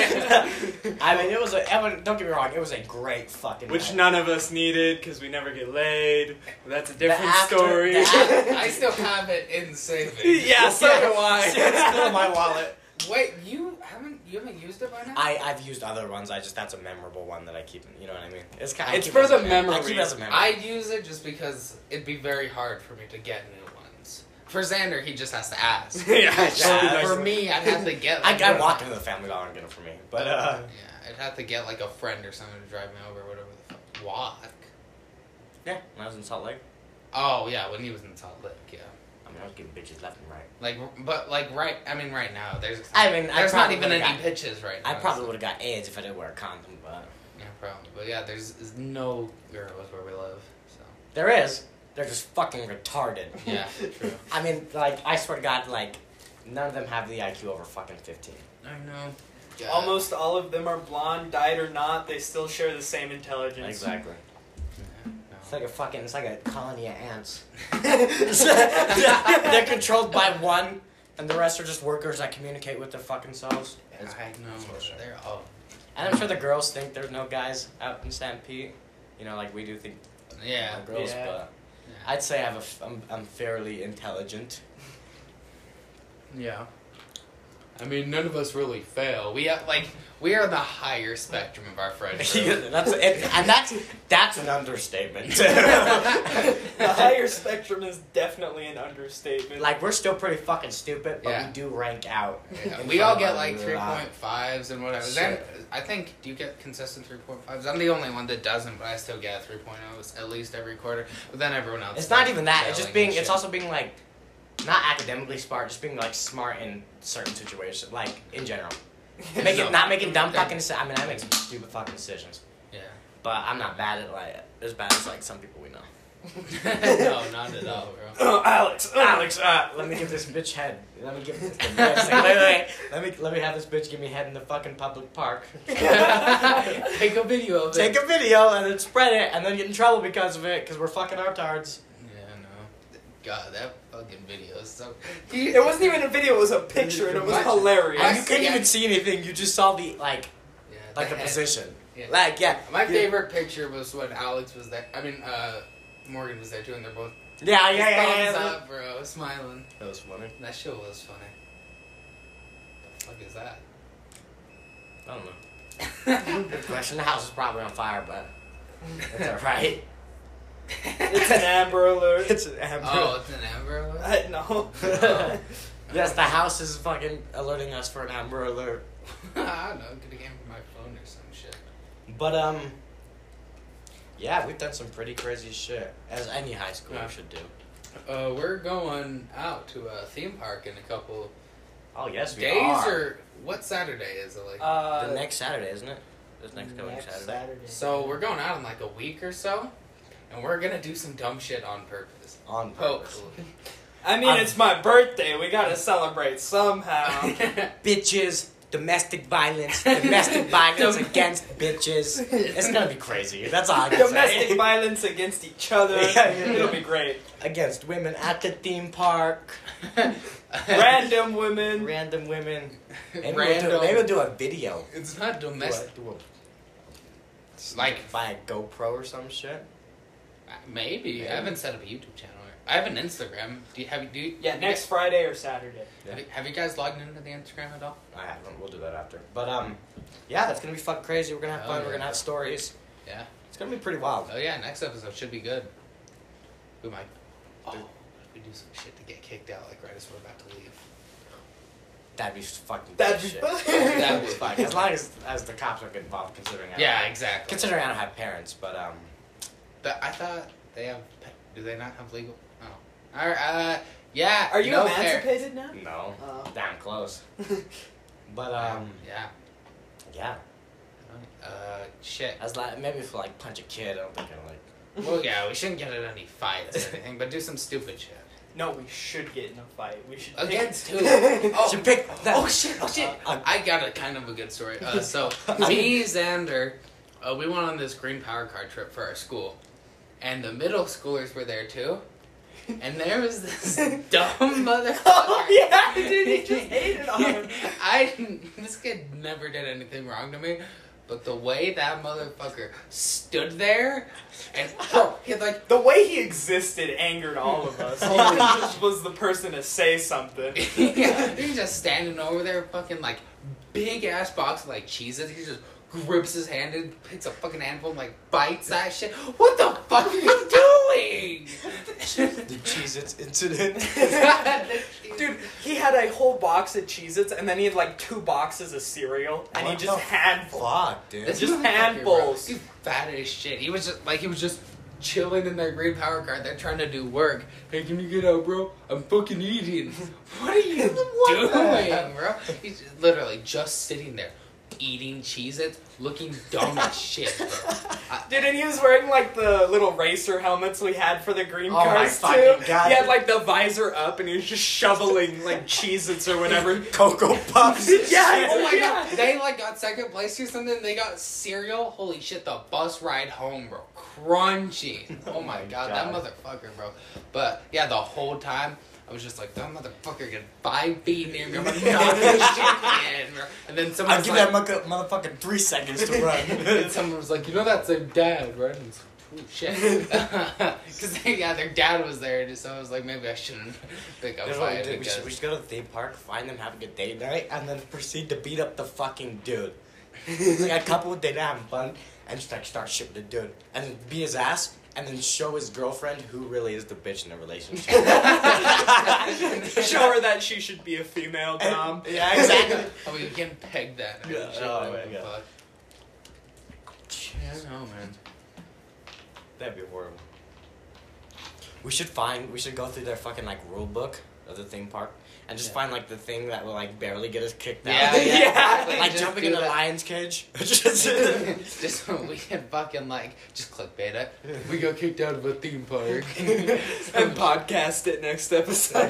[SPEAKER 1] I mean, it was a. I mean, don't get me wrong, it was a great fucking.
[SPEAKER 3] Which
[SPEAKER 1] night.
[SPEAKER 3] none of us needed because we never get laid. That's a different
[SPEAKER 1] after-
[SPEAKER 3] story.
[SPEAKER 1] the
[SPEAKER 3] <laughs>
[SPEAKER 1] after-
[SPEAKER 2] I still have it in savings.
[SPEAKER 3] yeah, so do
[SPEAKER 1] <laughs> It's still in
[SPEAKER 3] I.
[SPEAKER 1] my wallet.
[SPEAKER 2] Wait, you haven't you haven't used it by now?
[SPEAKER 1] I I've used other ones. I just that's a memorable one that I keep. in- You know what I mean? It's kind.
[SPEAKER 3] It's for the
[SPEAKER 1] I keep
[SPEAKER 3] memory.
[SPEAKER 1] it as a memory.
[SPEAKER 2] I use it just because it'd be very hard for me to get new ones. For Xander, he just has to ask.
[SPEAKER 3] <laughs> yeah,
[SPEAKER 1] So
[SPEAKER 2] Uh,
[SPEAKER 1] nice
[SPEAKER 2] for me, I'd have to get.
[SPEAKER 1] I,
[SPEAKER 2] Like,
[SPEAKER 1] I walked into the Family Dollar and get it for me, but uh,
[SPEAKER 2] Yeah, I'd have to get like a friend or someone to drive me over, whatever the fuck. Walk.
[SPEAKER 1] yeah, when I was in Salt Lake,
[SPEAKER 2] Oh yeah, when he was in Salt Lake, yeah.
[SPEAKER 1] I mean, I was getting bitches left and right.
[SPEAKER 2] Like, but like right, I mean, right now there's.
[SPEAKER 1] I mean, I
[SPEAKER 2] there's not
[SPEAKER 1] probably
[SPEAKER 2] even
[SPEAKER 1] would've
[SPEAKER 2] any
[SPEAKER 1] got-
[SPEAKER 2] pitches right now.
[SPEAKER 1] I probably
[SPEAKER 2] so-
[SPEAKER 1] would have got AIDS if I didn't wear a condom, but
[SPEAKER 2] Yeah, probably. But yeah, there's, there's no girls where we live, so.
[SPEAKER 1] there is. They're just fucking retarded.
[SPEAKER 2] <laughs> Yeah, true.
[SPEAKER 1] I mean, like I swear to God, like none of them have the IQ over fucking fifteen.
[SPEAKER 2] I know. Yeah.
[SPEAKER 3] Almost all of them are blonde, dyed or not. They still share the same intelligence.
[SPEAKER 2] Yeah,
[SPEAKER 1] It's
[SPEAKER 2] <laughs> no.
[SPEAKER 1] like a fucking. It's like a colony of ants. They're controlled by one, and the rest are just workers that communicate with their fucking selves. It's-
[SPEAKER 2] I know. They're all.
[SPEAKER 1] And I'm sure the girls think there's no guys out in San Pete. You know, like we do think
[SPEAKER 2] Yeah.
[SPEAKER 1] no girls,
[SPEAKER 3] Yeah.
[SPEAKER 1] but
[SPEAKER 2] Yeah.
[SPEAKER 1] I'd say I have a f- I'm, I'm fairly
[SPEAKER 2] <laughs>
[SPEAKER 1] intelligent. <laughs>
[SPEAKER 2] yeah. I mean, none of us really fail. We have like we are the higher spectrum of our friend
[SPEAKER 1] <laughs>
[SPEAKER 2] group. <laughs>
[SPEAKER 1] that's it, and that's that's an understatement. <laughs>
[SPEAKER 3] <laughs> the higher spectrum is definitely an understatement.
[SPEAKER 1] like we're still pretty fucking stupid, but
[SPEAKER 2] Yeah.
[SPEAKER 1] we do rank out.
[SPEAKER 2] Yeah,
[SPEAKER 1] in
[SPEAKER 2] we
[SPEAKER 1] front
[SPEAKER 2] all
[SPEAKER 1] of
[SPEAKER 2] get
[SPEAKER 1] other
[SPEAKER 2] like
[SPEAKER 1] people.
[SPEAKER 2] three point fives and whatever. Then I think do you get consistent three point fives? I'm the only one that doesn't, but I still get three oh at least every quarter. But then everyone else.
[SPEAKER 1] It's not
[SPEAKER 2] is
[SPEAKER 1] even that. It's
[SPEAKER 2] failing
[SPEAKER 1] just being.
[SPEAKER 2] and
[SPEAKER 1] It's
[SPEAKER 2] shit.
[SPEAKER 1] also being like, not academically smart. Just being like smart in certain situations, like in <laughs> general. Making
[SPEAKER 2] No.
[SPEAKER 1] not making dumb
[SPEAKER 2] Yeah.
[SPEAKER 1] fucking. deci- I mean, I make some stupid fucking decisions,
[SPEAKER 2] yeah.
[SPEAKER 1] but I'm not bad at like as bad as like some people we know.
[SPEAKER 2] <laughs> no, not at all,
[SPEAKER 1] <laughs>
[SPEAKER 2] bro.
[SPEAKER 3] oh, <clears throat> Alex, Alex, ah,
[SPEAKER 1] Let me <laughs>
[SPEAKER 3] <laughs>
[SPEAKER 1] give this bitch head. Let me give this. <laughs> The bitch. Like, wait, wait, wait. Let me let me have this bitch give me head in the fucking public park.
[SPEAKER 2] Take a video of
[SPEAKER 1] <laughs>
[SPEAKER 2] it.
[SPEAKER 1] Take a video and then spread it, and then get in trouble because of it, because we're fucking retards.
[SPEAKER 2] Yeah, I know. God, that fucking video
[SPEAKER 1] <laughs>
[SPEAKER 2] is so. <laughs>
[SPEAKER 3] It wasn't even a video, it was a picture, and it was
[SPEAKER 2] Imagine.
[SPEAKER 3] hilarious.
[SPEAKER 1] And you
[SPEAKER 4] <laughs>
[SPEAKER 2] I
[SPEAKER 1] couldn't
[SPEAKER 2] see-
[SPEAKER 1] even see anything. You just saw the like
[SPEAKER 2] Yeah,
[SPEAKER 1] like the
[SPEAKER 2] head.
[SPEAKER 1] position.
[SPEAKER 2] Yeah.
[SPEAKER 1] Like yeah.
[SPEAKER 2] My
[SPEAKER 1] yeah.
[SPEAKER 2] favorite picture was when Alex was there. I mean, uh, Morgan was there too, and they're both
[SPEAKER 1] Yeah, yeah, yeah, yeah.
[SPEAKER 2] thumbs
[SPEAKER 1] yeah.
[SPEAKER 2] up, bro, smiling.
[SPEAKER 1] That was funny.
[SPEAKER 2] That shit was funny. The fuck
[SPEAKER 1] <laughs>
[SPEAKER 2] is that?
[SPEAKER 1] I don't know. Good question. The house is probably on fire, but it's alright.
[SPEAKER 3] It's an Amber
[SPEAKER 1] <laughs>
[SPEAKER 3] Alert.
[SPEAKER 4] <laughs>
[SPEAKER 1] it's an amber.
[SPEAKER 2] oh, it's an Amber Alert.
[SPEAKER 3] I
[SPEAKER 1] <laughs>
[SPEAKER 3] know.
[SPEAKER 2] Oh.
[SPEAKER 1] Yes, the house is fucking alerting us for an amber alert.
[SPEAKER 2] <laughs> I don't know. It could have came from my phone or some shit.
[SPEAKER 1] But um, yeah, we've done some pretty crazy shit, as any high school
[SPEAKER 2] Yeah.
[SPEAKER 1] should do.
[SPEAKER 2] Uh, we're going out to a theme park in a couple
[SPEAKER 1] Oh yes, we
[SPEAKER 2] days,
[SPEAKER 1] are.
[SPEAKER 2] or what Saturday is it like?
[SPEAKER 3] Uh,
[SPEAKER 1] the next Saturday, isn't it? This next coming Saturday.
[SPEAKER 2] So we're going out in like a week or so, and we're gonna do some dumb shit on purpose.
[SPEAKER 1] On purpose.
[SPEAKER 2] Hopefully.
[SPEAKER 3] I mean,
[SPEAKER 1] I'm- <laughs>
[SPEAKER 2] <laughs> Um,
[SPEAKER 3] it's my birthday. We gotta celebrate somehow.
[SPEAKER 1] Bitches, domestic violence, domestic violence against bitches. It's gonna be crazy. That's all I can
[SPEAKER 4] <laughs> Domestic
[SPEAKER 1] say.
[SPEAKER 4] violence against each other.
[SPEAKER 1] Yeah, yeah, yeah.
[SPEAKER 4] It'll
[SPEAKER 1] <laughs>
[SPEAKER 4] be great.
[SPEAKER 1] against women at the theme park,
[SPEAKER 4] Random women.
[SPEAKER 1] random women. Maybe, We'll,
[SPEAKER 2] Random.
[SPEAKER 1] do, maybe we'll do a video.
[SPEAKER 2] It's not
[SPEAKER 1] Do a,
[SPEAKER 2] domestic.
[SPEAKER 1] do a,
[SPEAKER 2] Like
[SPEAKER 1] buy a GoPro or some shit.
[SPEAKER 2] maybe. I haven't set up a YouTube channel. Or, I have an Instagram. Do you have you- do? You,
[SPEAKER 4] Yeah,
[SPEAKER 2] have
[SPEAKER 4] next Friday or Saturday.
[SPEAKER 2] You, have, you, have you guys logged into the Instagram at all?
[SPEAKER 1] I haven't. We'll do that after. But um, yeah, that's gonna be fucking crazy. We're gonna have
[SPEAKER 2] Oh,
[SPEAKER 1] fun. We're
[SPEAKER 2] yeah.
[SPEAKER 1] gonna have stories.
[SPEAKER 2] Yeah.
[SPEAKER 1] It's gonna be pretty wild.
[SPEAKER 2] Oh yeah. Next episode should be good. We might. Oh, we do some shit to get kicked out like right as we're about to leave.
[SPEAKER 1] That'd be fucking.
[SPEAKER 4] That'd be
[SPEAKER 1] shit. <laughs>
[SPEAKER 2] That <laughs>
[SPEAKER 1] It's fine. As long as as the cops don't get involved, considering. I
[SPEAKER 2] Yeah,
[SPEAKER 1] don't-
[SPEAKER 2] exactly.
[SPEAKER 1] Considering I don't have parents, but um,
[SPEAKER 2] But I thought they have. Do they not have legal? Oh. All right. Uh, yeah.
[SPEAKER 4] Are you
[SPEAKER 2] no par-
[SPEAKER 4] emancipated now?
[SPEAKER 1] no,
[SPEAKER 4] Oh.
[SPEAKER 1] damn
[SPEAKER 2] <laughs>
[SPEAKER 1] close. But um,
[SPEAKER 2] Um. Yeah.
[SPEAKER 1] yeah,
[SPEAKER 2] Uh. Shit.
[SPEAKER 1] as like maybe if like punch a kid, I don't think I like.
[SPEAKER 2] well, yeah. We shouldn't get in any fights
[SPEAKER 1] <laughs>
[SPEAKER 2] or anything, but do some stupid shit.
[SPEAKER 4] No, we should get in a fight. We should
[SPEAKER 2] Against
[SPEAKER 4] pick-
[SPEAKER 2] who? <laughs> Oh.
[SPEAKER 1] Should pick that-
[SPEAKER 2] Oh shit! Oh shit!
[SPEAKER 1] Uh,
[SPEAKER 2] I got a kind of a good story.
[SPEAKER 1] <laughs>
[SPEAKER 2] Uh, so me, Xander, uh, we went on this green power car trip for our school, and the middle schoolers were there too. And there was this
[SPEAKER 1] <laughs>
[SPEAKER 2] dumb motherfucker.
[SPEAKER 4] <laughs> oh yeah, dude, he just hated on
[SPEAKER 1] <laughs>
[SPEAKER 3] Um,
[SPEAKER 4] him.
[SPEAKER 2] <laughs> I this kid never did anything wrong to me, but the way that motherfucker stood there, and bro, he had like <laughs>
[SPEAKER 4] The way he existed angered all of us. He
[SPEAKER 3] Hmm.
[SPEAKER 4] just was the person to
[SPEAKER 3] <laughs>
[SPEAKER 4] say something.
[SPEAKER 2] he was just standing over there, fucking like big ass box of like cheeses. He just grips his hand and picks a fucking handful and like bites that shit. What the fuck are you doing?
[SPEAKER 1] <laughs> The Cheez-Its incident. <laughs>
[SPEAKER 4] Dude, he had a whole box of Cheez-Its and then he had like two boxes of cereal and he
[SPEAKER 1] What
[SPEAKER 4] just
[SPEAKER 1] the
[SPEAKER 4] had
[SPEAKER 1] Fuck, dude.
[SPEAKER 2] This
[SPEAKER 4] Just
[SPEAKER 2] motherfucker, bro,
[SPEAKER 4] handfuls.
[SPEAKER 2] He's fat as shit. He was just like he was just chilling in their green power car. They're trying to do work. Hey, can you get out, bro? I'm fucking eating. <laughs> what are you
[SPEAKER 1] What the-
[SPEAKER 2] doing, bro? He's literally just sitting there. Eating Cheez-Its, looking dumb as shit, bro.
[SPEAKER 4] Dude, and he was wearing like the little racer helmets we had for the green
[SPEAKER 1] Oh my
[SPEAKER 4] cars
[SPEAKER 1] fucking
[SPEAKER 4] too.
[SPEAKER 1] God.
[SPEAKER 4] He had like the visor up and he was just shoveling like Cheez-Its or
[SPEAKER 3] <laughs>
[SPEAKER 4] whatever.
[SPEAKER 1] Cocoa Puffs. <laughs>
[SPEAKER 4] Yeah.
[SPEAKER 2] Oh my god, they like got second place or something. They got cereal. Holy shit, the bus ride home, bro, crunchy.
[SPEAKER 1] <laughs>
[SPEAKER 2] Oh my god, that motherfucker, bro. But yeah, the whole time I was just like, that motherfucker can five feet near me. I'm like,
[SPEAKER 1] <laughs>
[SPEAKER 2] "Knock this shit in, bro. And then someone
[SPEAKER 1] I'll
[SPEAKER 2] was
[SPEAKER 1] give
[SPEAKER 2] like,
[SPEAKER 1] that mucka- motherfucker three seconds to <laughs>
[SPEAKER 2] <laughs> and then
[SPEAKER 1] run.
[SPEAKER 2] someone was like, you know that's their dad, right? And I was like, "Ooh, shit. <laughs> Because yeah, their dad was there, and so I was like, maybe I shouldn't pick up
[SPEAKER 1] That's what we
[SPEAKER 2] fight.
[SPEAKER 1] did. We should, we
[SPEAKER 2] because-
[SPEAKER 1] should go to the theme park, find them, have a good date night, and then proceed to beat up the fucking dude. <laughs>
[SPEAKER 2] <laughs>
[SPEAKER 1] like a couple of date having fun, and just like start shipping the dude, and then beat his ass, and then show his girlfriend who really is the bitch in the <laughs> relationship.
[SPEAKER 4] Show her that she should be a female dom.
[SPEAKER 1] yeah, exactly.
[SPEAKER 2] <laughs> oh, we can peg that.
[SPEAKER 1] Yeah,
[SPEAKER 2] Shit,
[SPEAKER 1] oh,
[SPEAKER 2] that would
[SPEAKER 1] yeah.
[SPEAKER 2] fuck. Yeah, I know, man. <laughs>
[SPEAKER 1] That'd be horrible. We should find. We should go through their fucking like rule book of the theme park and just
[SPEAKER 2] Yeah.
[SPEAKER 1] find like the thing that will like barely get us kicked <laughs>
[SPEAKER 2] Yeah,
[SPEAKER 1] out.
[SPEAKER 2] yeah,
[SPEAKER 4] Yeah.
[SPEAKER 2] exactly.
[SPEAKER 1] Like
[SPEAKER 2] Just
[SPEAKER 1] jumping
[SPEAKER 2] do
[SPEAKER 1] in a
[SPEAKER 2] that.
[SPEAKER 1] lion's cage. <laughs>
[SPEAKER 2] <laughs>
[SPEAKER 1] Just-
[SPEAKER 2] just we can fucking like just clickbait it. We got kicked out of a theme park.
[SPEAKER 4] and podcast it next episode.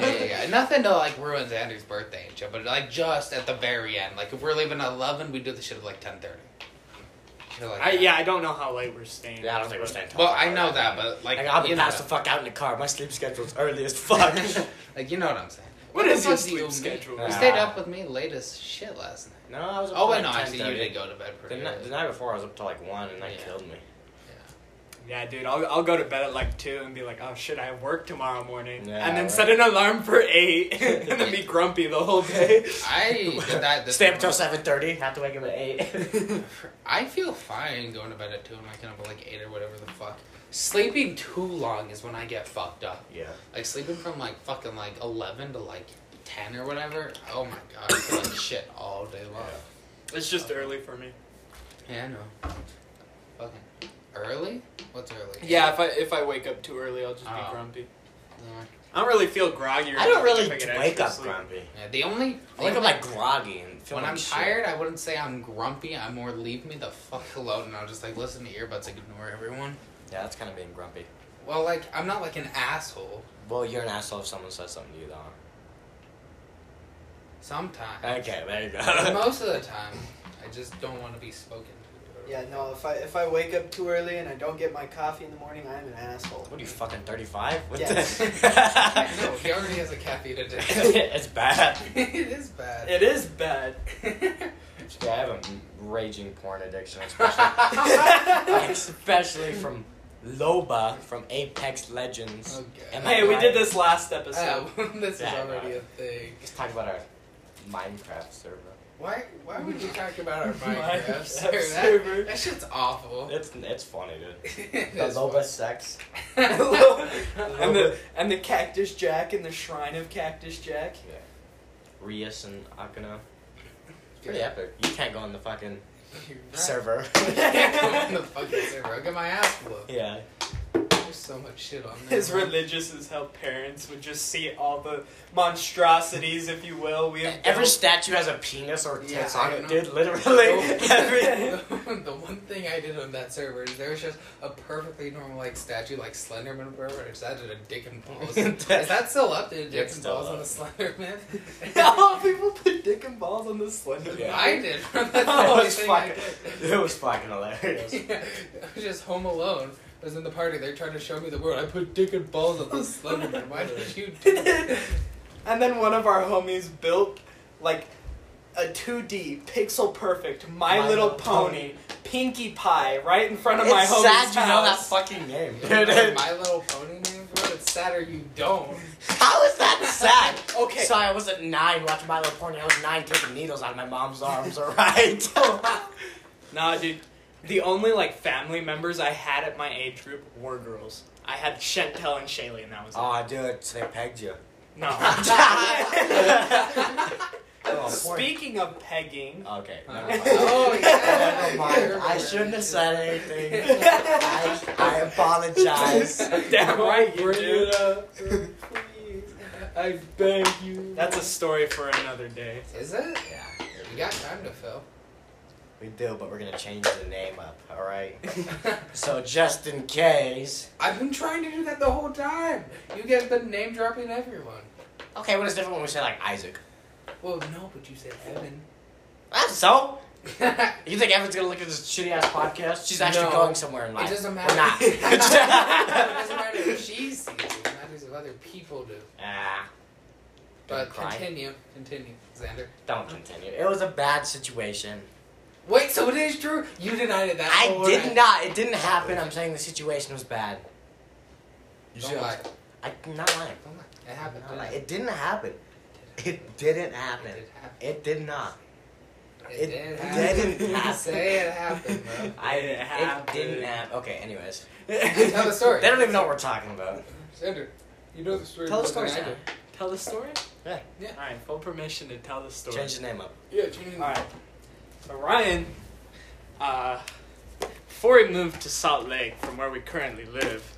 [SPEAKER 2] <laughs> yeah, yeah, yeah. Nothing to like ruin Xander's birthday and shit, but like just at the very end. Like if we're leaving at eleven, we do the shit at like ten thirty. Like
[SPEAKER 3] I,
[SPEAKER 2] that.
[SPEAKER 3] yeah, I don't know how late we're staying.
[SPEAKER 1] yeah, I don't think we're staying.
[SPEAKER 2] Well, I know that, but like,
[SPEAKER 1] Like, I'll be
[SPEAKER 2] you know,
[SPEAKER 1] passed the fuck out in the car. My sleep schedule's early as fuck.
[SPEAKER 2] <laughs> like you know what I'm saying.
[SPEAKER 3] What
[SPEAKER 2] the
[SPEAKER 3] is your
[SPEAKER 2] fuck do you
[SPEAKER 3] sleep
[SPEAKER 2] mean?
[SPEAKER 3] schedule?
[SPEAKER 2] You
[SPEAKER 1] Nah.
[SPEAKER 2] stayed up with me late as shit last night.
[SPEAKER 1] no, I was. Up
[SPEAKER 2] Oh
[SPEAKER 1] till,
[SPEAKER 2] wait,
[SPEAKER 1] like,
[SPEAKER 2] no, actually you
[SPEAKER 1] 10:30.
[SPEAKER 2] did go to bed
[SPEAKER 1] The,
[SPEAKER 2] pretty
[SPEAKER 1] ni- the
[SPEAKER 2] early.
[SPEAKER 1] night before, I was up till like one, and that
[SPEAKER 2] Yeah.
[SPEAKER 1] killed me.
[SPEAKER 3] Yeah, dude, I'll, I'll go to bed at like 2 and be like, oh shit, I have work tomorrow morning.
[SPEAKER 1] Yeah,
[SPEAKER 3] and then
[SPEAKER 1] right.
[SPEAKER 3] set an alarm for 8 <laughs> and then be grumpy the whole day.
[SPEAKER 2] I
[SPEAKER 1] <laughs>
[SPEAKER 2] did that. This
[SPEAKER 1] Stay up till
[SPEAKER 2] morning.
[SPEAKER 1] seven thirty. Have to wake up at
[SPEAKER 2] <laughs>
[SPEAKER 1] eight. <laughs>
[SPEAKER 2] I feel fine going to bed at two and waking up at like eight or whatever the fuck. Sleeping too long is when I get fucked up.
[SPEAKER 1] yeah.
[SPEAKER 2] Like sleeping from like fucking like eleven to like ten or whatever. Oh my god, I feel like shit all day long.
[SPEAKER 3] <laughs> It's just early for me.
[SPEAKER 2] Yeah, I know. Fucking early? What's early?
[SPEAKER 3] Yeah, if I if I wake up too early, I'll just be
[SPEAKER 2] Oh.
[SPEAKER 3] grumpy.
[SPEAKER 2] No.
[SPEAKER 3] I don't really feel groggy. Or
[SPEAKER 1] I don't
[SPEAKER 3] anything
[SPEAKER 1] really
[SPEAKER 3] if I get
[SPEAKER 1] wake
[SPEAKER 3] extra
[SPEAKER 1] up
[SPEAKER 3] sleep.
[SPEAKER 1] grumpy.
[SPEAKER 2] Yeah, the only
[SPEAKER 1] I wake up like groggy and feel
[SPEAKER 2] when
[SPEAKER 1] like
[SPEAKER 2] I'm
[SPEAKER 1] shit.
[SPEAKER 2] tired, I wouldn't say I'm grumpy. I'm more leave me the fuck alone, and I'll just like listen to earbuds, like ignore everyone.
[SPEAKER 1] Yeah, that's kind of being grumpy.
[SPEAKER 2] Well, like I'm not like an asshole.
[SPEAKER 1] Well, you're an asshole if someone says something to you, though.
[SPEAKER 2] Sometimes.
[SPEAKER 1] Okay, there you <laughs>
[SPEAKER 2] <laughs> But
[SPEAKER 1] go.
[SPEAKER 2] most of the time, I just don't want to be spoken to.
[SPEAKER 5] Yeah, no. If I if I wake up too early and I don't get my coffee in the morning, I'm an asshole.
[SPEAKER 1] what are you
[SPEAKER 3] <laughs>
[SPEAKER 1] fucking thirty five? What
[SPEAKER 5] Yes.
[SPEAKER 1] the?
[SPEAKER 2] <laughs> No, he already has a caffeine addiction.
[SPEAKER 1] <laughs> it's bad.
[SPEAKER 2] it is bad.
[SPEAKER 4] It
[SPEAKER 1] <laughs>
[SPEAKER 4] is bad.
[SPEAKER 1] Yeah, I have a raging porn addiction, especially,
[SPEAKER 2] <laughs>
[SPEAKER 1] especially from Loba from Apex Legends.
[SPEAKER 2] <laughs> okay.
[SPEAKER 1] Am I
[SPEAKER 4] Hey, we
[SPEAKER 1] right?
[SPEAKER 4] did this last episode.
[SPEAKER 1] <laughs>
[SPEAKER 2] Oh, <laughs> this
[SPEAKER 1] Yeah,
[SPEAKER 2] is already a thing.
[SPEAKER 1] Let's talk about our Minecraft server.
[SPEAKER 2] Why? Why would you talk about
[SPEAKER 1] <laughs>
[SPEAKER 2] our
[SPEAKER 4] Minecraft
[SPEAKER 2] Minecraft server?
[SPEAKER 4] server.
[SPEAKER 2] That, that shit's <laughs> awful.
[SPEAKER 1] It's it's funny, dude. The
[SPEAKER 2] That's
[SPEAKER 1] Loba
[SPEAKER 2] why. <laughs>
[SPEAKER 1] sex.
[SPEAKER 4] and the
[SPEAKER 1] <laughs>
[SPEAKER 4] and the cactus jack and the shrine of cactus jack.
[SPEAKER 1] Rias and Akana. <laughs> Pretty epic. You can't go on the fucking
[SPEAKER 2] You're right.
[SPEAKER 1] server.
[SPEAKER 2] <laughs> Come
[SPEAKER 1] <laughs>
[SPEAKER 2] on the fucking server. I'll get my ass whooped.
[SPEAKER 1] yeah.
[SPEAKER 2] There's so much shit on there.
[SPEAKER 4] As religious as how parents would just see all the monstrosities, if you will. We have
[SPEAKER 1] Every
[SPEAKER 4] built.
[SPEAKER 1] statue has a penis or
[SPEAKER 2] Yeah,
[SPEAKER 1] tits
[SPEAKER 2] I
[SPEAKER 1] on it,
[SPEAKER 2] know.
[SPEAKER 1] dude. Literally. <laughs> every.
[SPEAKER 2] <laughs> the, <laughs> the one thing I did on that server is there was just a perfectly normal like statue like Slenderman or whatever, and it just had a dick
[SPEAKER 1] <laughs>
[SPEAKER 2] and balls. is that still up? Did dick
[SPEAKER 1] It's
[SPEAKER 2] and
[SPEAKER 1] still
[SPEAKER 2] balls
[SPEAKER 1] up.
[SPEAKER 2] on the Slenderman?
[SPEAKER 4] <laughs>
[SPEAKER 2] <laughs>
[SPEAKER 4] Oh, people put dick and balls on the slender.
[SPEAKER 1] <laughs> Yeah.
[SPEAKER 2] I did. <laughs>
[SPEAKER 1] <laughs>
[SPEAKER 2] That's the
[SPEAKER 1] That
[SPEAKER 2] only
[SPEAKER 1] was
[SPEAKER 2] thing I
[SPEAKER 1] fucking-
[SPEAKER 2] did.
[SPEAKER 1] It was fucking hilarious. <laughs>
[SPEAKER 2] <laughs> Yeah, I was just home alone. I was in the party. They're trying to show me the world. I put dick and
[SPEAKER 1] <laughs>
[SPEAKER 2] balls on the Slenderman. Why did you do that?
[SPEAKER 4] And then one of our homies built like a 2D pixel perfect My, Little, Pony, Pinkie Pie right in front of my
[SPEAKER 1] it's
[SPEAKER 4] homie's
[SPEAKER 1] sad you know that
[SPEAKER 4] house.
[SPEAKER 1] fucking name.
[SPEAKER 2] Like, My Little Pony name? Bro, it's sadder you don't.
[SPEAKER 1] <laughs>
[SPEAKER 2] <laughs>
[SPEAKER 1] How is that sad?
[SPEAKER 4] Okay.
[SPEAKER 1] Sorry, I wasn't nine watching My Little Pony. I was nine taking needles out of my mom's arms,
[SPEAKER 4] <laughs>
[SPEAKER 1] alright?
[SPEAKER 3] <laughs> Nah, dude. The only like family members I had at my age group were girls. I had Chantel and Shaylee, and that was it.
[SPEAKER 1] <laughs> oh, dude, so they pegged you.
[SPEAKER 3] no.
[SPEAKER 4] <laughs>
[SPEAKER 3] <laughs>
[SPEAKER 1] Oh, Speak.
[SPEAKER 4] Speaking of pegging,
[SPEAKER 1] Okay. never mind.
[SPEAKER 2] Oh, yeah.
[SPEAKER 1] Never mind. <laughs> I shouldn't have said anything. I, I apologize.
[SPEAKER 4] <laughs> damn right you
[SPEAKER 3] Bring
[SPEAKER 4] do.
[SPEAKER 3] it up.
[SPEAKER 2] Please.
[SPEAKER 3] I beg you. That's a story for another
[SPEAKER 4] <laughs>
[SPEAKER 3] day.
[SPEAKER 2] Is it? Yeah. We got time
[SPEAKER 1] <laughs>
[SPEAKER 2] to fill.
[SPEAKER 1] We do, but we're gonna change the name up, alright? So just in case.
[SPEAKER 2] I've been trying to do that the whole time. You guys have been name dropping everyone.
[SPEAKER 1] Okay, what is different when we say like Isaac?
[SPEAKER 2] Well, no, but you said Evan. <laughs>
[SPEAKER 1] That's so. You think Evan's gonna look at this shitty ass podcast? She's actually
[SPEAKER 2] No.
[SPEAKER 1] going somewhere in life.
[SPEAKER 2] it doesn't matter.
[SPEAKER 1] We're
[SPEAKER 2] <laughs>
[SPEAKER 1] not. <laughs>
[SPEAKER 2] it doesn't matter if she sees it. It matters if other people do.
[SPEAKER 1] ah,
[SPEAKER 2] But
[SPEAKER 1] Don't cry.
[SPEAKER 2] continue. Continue, Xander.
[SPEAKER 1] don't continue. It was a bad situation.
[SPEAKER 2] Wait, so it is true? You denied it that
[SPEAKER 1] I
[SPEAKER 2] whole
[SPEAKER 1] did
[SPEAKER 2] night.
[SPEAKER 1] not. It didn't happen. I'm saying the situation was bad.
[SPEAKER 2] Don't lie.
[SPEAKER 1] I, I'm not lying.
[SPEAKER 2] Don't lie. It
[SPEAKER 1] I'm
[SPEAKER 2] happened.
[SPEAKER 1] not lying. It didn't happen. It didn't happen.
[SPEAKER 2] It happened.
[SPEAKER 1] It did not.
[SPEAKER 2] It
[SPEAKER 1] It
[SPEAKER 2] did
[SPEAKER 1] didn't
[SPEAKER 2] happen.
[SPEAKER 1] happen.
[SPEAKER 2] Say it happened, bro.
[SPEAKER 1] I
[SPEAKER 3] It
[SPEAKER 1] it
[SPEAKER 3] happened.
[SPEAKER 1] didn't happen. Okay. Anyways,
[SPEAKER 2] Tell the story.
[SPEAKER 1] they don't even know what we're talking about.
[SPEAKER 2] Xander, you know the story.
[SPEAKER 1] Tell the
[SPEAKER 2] better
[SPEAKER 1] story.
[SPEAKER 2] than I
[SPEAKER 1] Sam.
[SPEAKER 2] do.
[SPEAKER 3] Tell the story?
[SPEAKER 1] Yeah.
[SPEAKER 2] Yeah.
[SPEAKER 3] Alright, full permission to tell the story.
[SPEAKER 1] Change the name up.
[SPEAKER 2] Yeah, Junior.
[SPEAKER 3] Alright. So Ryan, uh, before he moved to Salt Lake from where we currently live,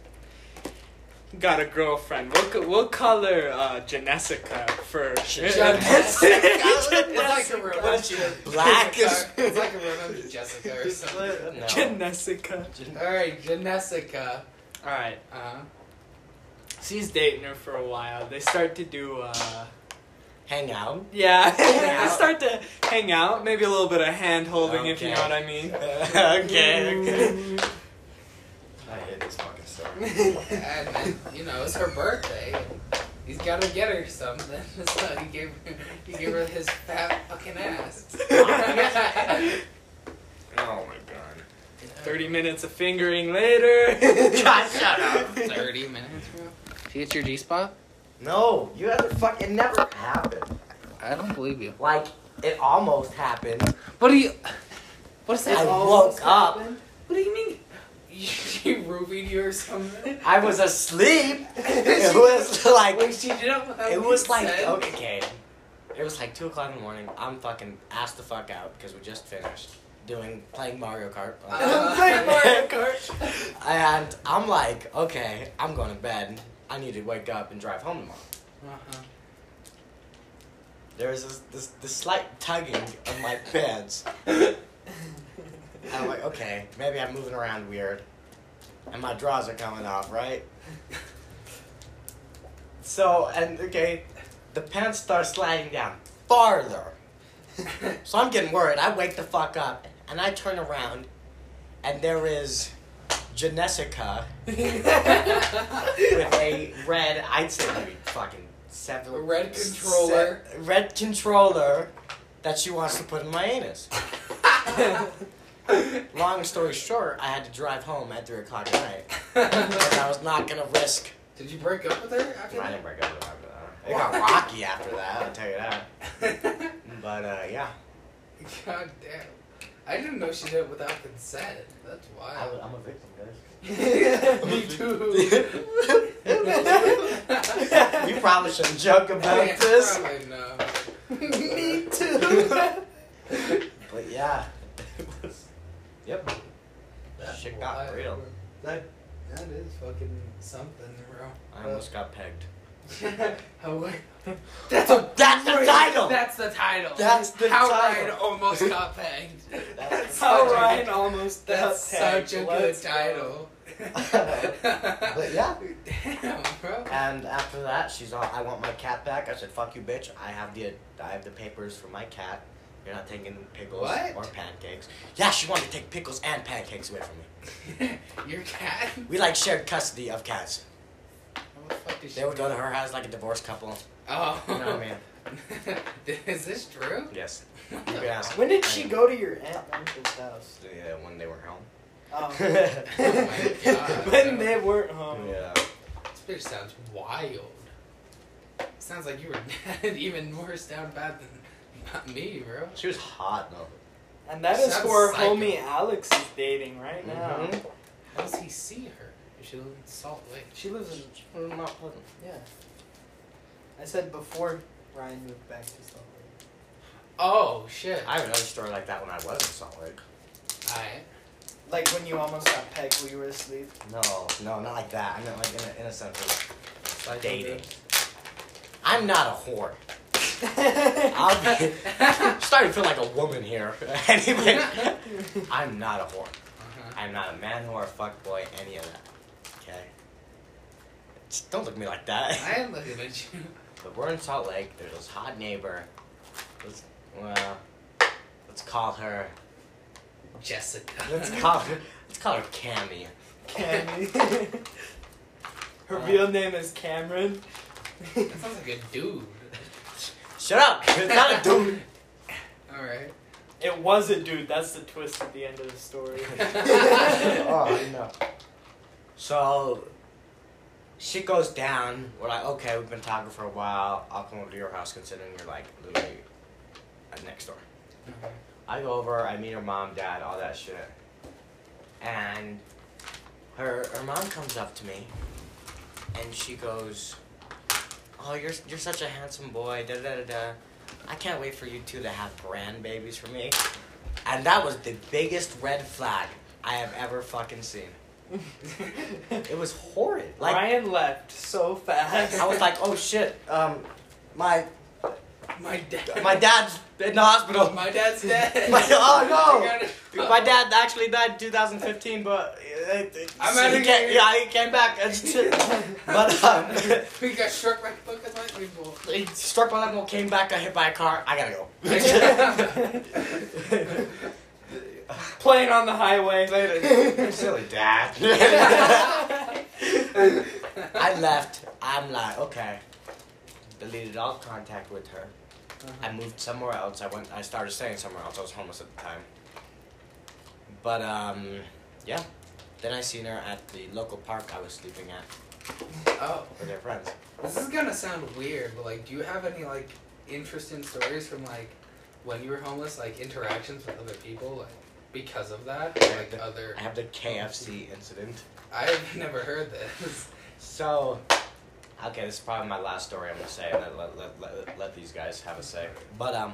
[SPEAKER 3] he got a girlfriend. We'll, ca- we'll call her uh, Janessica for <laughs>
[SPEAKER 2] <laughs> It's like a real
[SPEAKER 1] What is she? Black.
[SPEAKER 2] It's like a real Jessica or something.
[SPEAKER 1] no.
[SPEAKER 3] Janessica.
[SPEAKER 2] Alright, Janessica.
[SPEAKER 3] Alright.
[SPEAKER 2] Uh,
[SPEAKER 3] So he's dating her for a while. They start to do, uh,
[SPEAKER 1] Hang out.
[SPEAKER 3] yeah, <laughs>
[SPEAKER 1] out.
[SPEAKER 3] they start to hang out. Maybe a little bit of hand holding, if you
[SPEAKER 1] Okay.
[SPEAKER 3] know what I mean.
[SPEAKER 1] okay. Okay.
[SPEAKER 3] <laughs>
[SPEAKER 1] I hate this fucking story.
[SPEAKER 2] and then, you know, it's her birthday. He's gotta get her something. <laughs> So he gave her, he gave her his fat fucking
[SPEAKER 1] <laughs>
[SPEAKER 2] ass. <laughs>
[SPEAKER 3] <laughs>
[SPEAKER 1] Oh my god.
[SPEAKER 3] 30 minutes of fingering later.
[SPEAKER 1] God, <laughs> shut up.
[SPEAKER 2] 30 minutes, bro? She hits your G spot?
[SPEAKER 1] No, you ever fuck. It never happened.
[SPEAKER 2] I don't believe you.
[SPEAKER 1] Like it almost happened.
[SPEAKER 2] What do you. What's
[SPEAKER 1] I
[SPEAKER 2] that?
[SPEAKER 1] woke up.
[SPEAKER 2] What do you mean? <laughs> She roofied you or something?
[SPEAKER 1] I was asleep.
[SPEAKER 2] <laughs>
[SPEAKER 1] It was <laughs> like
[SPEAKER 2] When she did it without
[SPEAKER 1] it was like
[SPEAKER 2] consent?
[SPEAKER 1] okay. It was like two o'clock in the morning. I'm fucking ass the fuck out because we just finished doing playing Mario Kart.
[SPEAKER 2] Uh.
[SPEAKER 4] Play Mario Kart.
[SPEAKER 1] <laughs> and I'm like, okay, I'm going to bed. I need to wake up and drive home tomorrow.
[SPEAKER 2] Uh-huh.
[SPEAKER 1] There was this, this, this slight tugging of my pants. And I'm like, okay, maybe I'm moving around weird. And my drawers are coming off, right? So, and okay, the pants start sliding down. farther. so I'm getting worried. I wake the fuck up and I turn around and there is Janessica with a red, I'd say maybe fucking seven.
[SPEAKER 2] A red
[SPEAKER 1] se-
[SPEAKER 2] controller.
[SPEAKER 1] red controller that she wants to put in my anus.
[SPEAKER 2] <laughs>
[SPEAKER 1] <laughs> Long story short, I had to drive home at 3 o'clock at night because I was not going to risk.
[SPEAKER 2] <laughs> Did you break up with her after
[SPEAKER 1] I
[SPEAKER 2] that?
[SPEAKER 1] didn't break up with her after that. It got rocky after that, I'll tell you that. But uh, yeah,
[SPEAKER 2] <laughs> God damn. I didn't know she did it without consent. That's
[SPEAKER 1] I <laughs>
[SPEAKER 2] wild.
[SPEAKER 1] was, I'm a victim,
[SPEAKER 2] Me too. <laughs>
[SPEAKER 1] guys. you probably shouldn't joke about
[SPEAKER 2] <laughs> Yeah,
[SPEAKER 1] this.
[SPEAKER 2] Probably no.
[SPEAKER 1] <laughs> Me too.
[SPEAKER 2] <laughs>
[SPEAKER 1] but yeah, it was. Yep.
[SPEAKER 2] That's
[SPEAKER 1] Shit got
[SPEAKER 2] wild.
[SPEAKER 1] real.
[SPEAKER 5] That that is fucking something.
[SPEAKER 1] I almost got pegged.
[SPEAKER 2] bro. <laughs> How what?
[SPEAKER 1] <laughs> That's a that's the
[SPEAKER 2] Wait,
[SPEAKER 1] title.
[SPEAKER 2] That's the title.
[SPEAKER 1] That's the
[SPEAKER 2] How
[SPEAKER 1] title.
[SPEAKER 2] Ryan almost
[SPEAKER 1] <laughs>
[SPEAKER 2] got pegged.
[SPEAKER 1] That's
[SPEAKER 4] <laughs> How
[SPEAKER 2] Such a
[SPEAKER 4] Ryan almost got
[SPEAKER 2] <laughs> That's
[SPEAKER 4] pegged.
[SPEAKER 2] such a
[SPEAKER 4] Let's
[SPEAKER 2] good title.
[SPEAKER 1] <laughs> but yeah.
[SPEAKER 2] Damn, bro. <laughs>
[SPEAKER 1] And after that, she's all, I want my cat back. I said, fuck you, bitch. I have the I have the papers for my cat. You're not taking pickles
[SPEAKER 2] What?
[SPEAKER 1] or pancakes. Yeah, she wanted to take pickles and pancakes away from me.
[SPEAKER 2] Your cat?
[SPEAKER 1] We like shared custody of cats.
[SPEAKER 2] What the fuck is she?
[SPEAKER 1] They would go to her house like a divorced couple.
[SPEAKER 2] Oh. <laughs>
[SPEAKER 1] You know what I mean?
[SPEAKER 2] is this true?
[SPEAKER 1] <laughs> Yes. You can ask.
[SPEAKER 5] When did she go to your aunt and uncle's
[SPEAKER 2] <laughs>
[SPEAKER 5] house?
[SPEAKER 1] Yeah, uh, when they were <laughs> home. Oh
[SPEAKER 5] Um,
[SPEAKER 2] Oh my God.
[SPEAKER 4] <laughs> when they weren't home.
[SPEAKER 1] yeah.
[SPEAKER 2] This bitch sounds wild. Sounds like you were <laughs> even worse down bad than me, bro.
[SPEAKER 1] She was hot though.
[SPEAKER 4] And that is
[SPEAKER 2] Sounds
[SPEAKER 4] where
[SPEAKER 2] psycho.
[SPEAKER 4] homie Alex is dating right now.
[SPEAKER 1] Mhm.
[SPEAKER 2] How does he see her? If she lives in Salt Lake.
[SPEAKER 5] she lives in
[SPEAKER 1] Not pleasant.
[SPEAKER 5] yeah. I said before Ryan moved back to Salt Lake.
[SPEAKER 2] Oh shit.
[SPEAKER 1] I have another story like that when I was in Salt Lake.
[SPEAKER 2] <laughs> Alright.
[SPEAKER 5] Like when you almost got pegged, we were asleep.
[SPEAKER 1] No, no, not like that. I meant like in a, in a sense of dating.
[SPEAKER 4] <laughs>
[SPEAKER 1] I'm not a <laughs> whore. I'll be
[SPEAKER 2] Uh-huh.
[SPEAKER 1] I'm <laughs> starting to feel like a woman here. <laughs> anyway, I'm not a whore.
[SPEAKER 2] Uh-huh.
[SPEAKER 1] I'm not a man whore, fuck boy, any of that. Okay. Just don't look at me like
[SPEAKER 2] I
[SPEAKER 1] that.
[SPEAKER 2] am looking at you.
[SPEAKER 1] <laughs>
[SPEAKER 2] <laughs>
[SPEAKER 1] But we're in Salt Lake. There's this hot neighbor. Let's well, let's call her.
[SPEAKER 2] Jessica. <laughs>
[SPEAKER 1] Let's call her. Let's call her Cammy.
[SPEAKER 4] Cammy. <laughs> Her
[SPEAKER 1] Uh.
[SPEAKER 4] real name is Cameron. <laughs>
[SPEAKER 2] That sounds like a dude.
[SPEAKER 1] Shut up! <laughs> It's not a dude. <laughs>
[SPEAKER 2] Alright.
[SPEAKER 4] It was a dude. That's the twist at the end of the <laughs> story. <laughs>
[SPEAKER 1] oh no. So shit goes down. We're like, okay, we've been talking for a while. I'll come over to your house, considering you're like literally uh, next door. I go over. I meet her mom, dad, all that shit. And her her mom comes up to me, and she goes, "Oh, you're you're such a handsome boy. Da da da da. I can't wait for you two to have grandbabies for me." And that was the biggest red flag I have ever fucking seen. It was horrid. Like
[SPEAKER 4] Ryan left so fast.
[SPEAKER 1] I was
[SPEAKER 4] <laughs>
[SPEAKER 1] like, "Oh shit, um, my
[SPEAKER 2] My dad.
[SPEAKER 1] my dad's in the hospital."
[SPEAKER 2] <laughs> My dad's dead.
[SPEAKER 1] <laughs> My- oh,
[SPEAKER 2] <laughs>
[SPEAKER 1] no.
[SPEAKER 2] I gotta-
[SPEAKER 1] My dad actually died in 2015, but uh, uh,
[SPEAKER 2] I'm
[SPEAKER 1] he
[SPEAKER 2] outta
[SPEAKER 1] ca-
[SPEAKER 2] here.
[SPEAKER 1] yeah, he came back. and shit. <laughs> <laughs> but um,
[SPEAKER 2] <laughs> we got struck by fucking lightning <laughs> bolt.
[SPEAKER 1] <laughs> he struck by lightning, came back, got hit by a car. I gotta go.
[SPEAKER 4] Playing on the highway.
[SPEAKER 1] <laughs>
[SPEAKER 4] <laughs>
[SPEAKER 1] Silly dad. <laughs> I left. I'm like, okay. Deleted all contact with her. I moved somewhere else. I went. I started staying somewhere else. I was homeless at the time. But um, yeah. Then I seen her at the local park I was sleeping at
[SPEAKER 2] Oh.
[SPEAKER 1] with their friends.
[SPEAKER 2] This is gonna sound weird, but like, do you have any like interesting stories from like when you were homeless, like interactions with other people, like because of that, or, like other?
[SPEAKER 1] I have the KFC incident.
[SPEAKER 2] I've <laughs> never heard this.
[SPEAKER 1] So, okay, this is probably my last story I'm gonna say, and then let, let, let, let these guys have a say. But, um,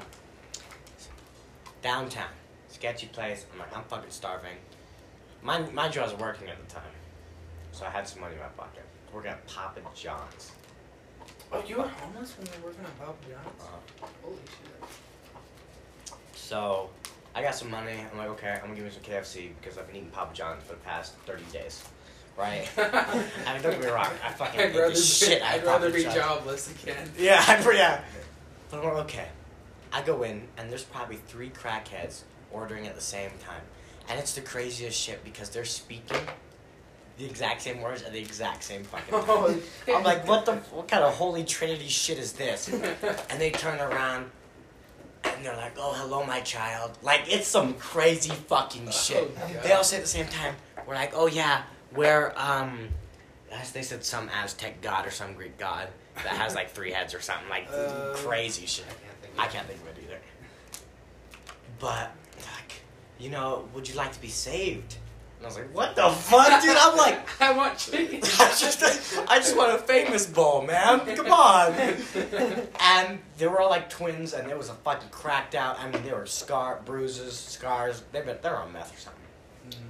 [SPEAKER 1] downtown, sketchy place. I'm like, I'm fucking starving. Mind, mind you, I was working at the time, so I had some money in my pocket. We're gonna Papa John's.
[SPEAKER 2] Oh, you were homeless when you were working at Bob John's? <laughs> Holy shit!
[SPEAKER 1] So, I got some money. I'm like, okay, I'm gonna give me some KFC because I've been eating Papa John's for the past 30 days, right? I mean, don't get me wrong, I fucking hate
[SPEAKER 2] <laughs> I'd
[SPEAKER 1] the
[SPEAKER 2] rather be,
[SPEAKER 1] shit out of
[SPEAKER 2] I'd rather
[SPEAKER 1] Papa
[SPEAKER 2] be
[SPEAKER 1] John's. <laughs>
[SPEAKER 2] jobless again.
[SPEAKER 1] Yeah, I'm pretty. Yeah. But I'm like, okay. I go in, and there's probably three crackheads ordering at the same time. And it's the craziest shit because they're speaking the exact same words at the exact same fucking time.
[SPEAKER 4] Oh,
[SPEAKER 1] I'm like, what the, what kind of holy trinity shit is this? And they turn around, and they're like, oh, hello, my child. Like, it's some crazy
[SPEAKER 2] <laughs>
[SPEAKER 1] fucking shit.
[SPEAKER 2] Oh, God.
[SPEAKER 1] They all say at the same time, we're like, oh, yeah, we're, um, as they said, some Aztec god or some Greek god that has like three heads or something, like
[SPEAKER 5] Uh,
[SPEAKER 1] crazy shit. I can't think of it either. But like, you know, would you like to be saved? And I was like, what the fuck, dude? I'm like, <laughs>
[SPEAKER 2] <laughs> I want chicken.
[SPEAKER 1] I just, I just want a famous bowl, man. Come on.
[SPEAKER 2] <laughs>
[SPEAKER 1] And they were all like twins, and it was a fucking cracked out. I mean, they were scar, bruises, scars. They been, they're on meth or something.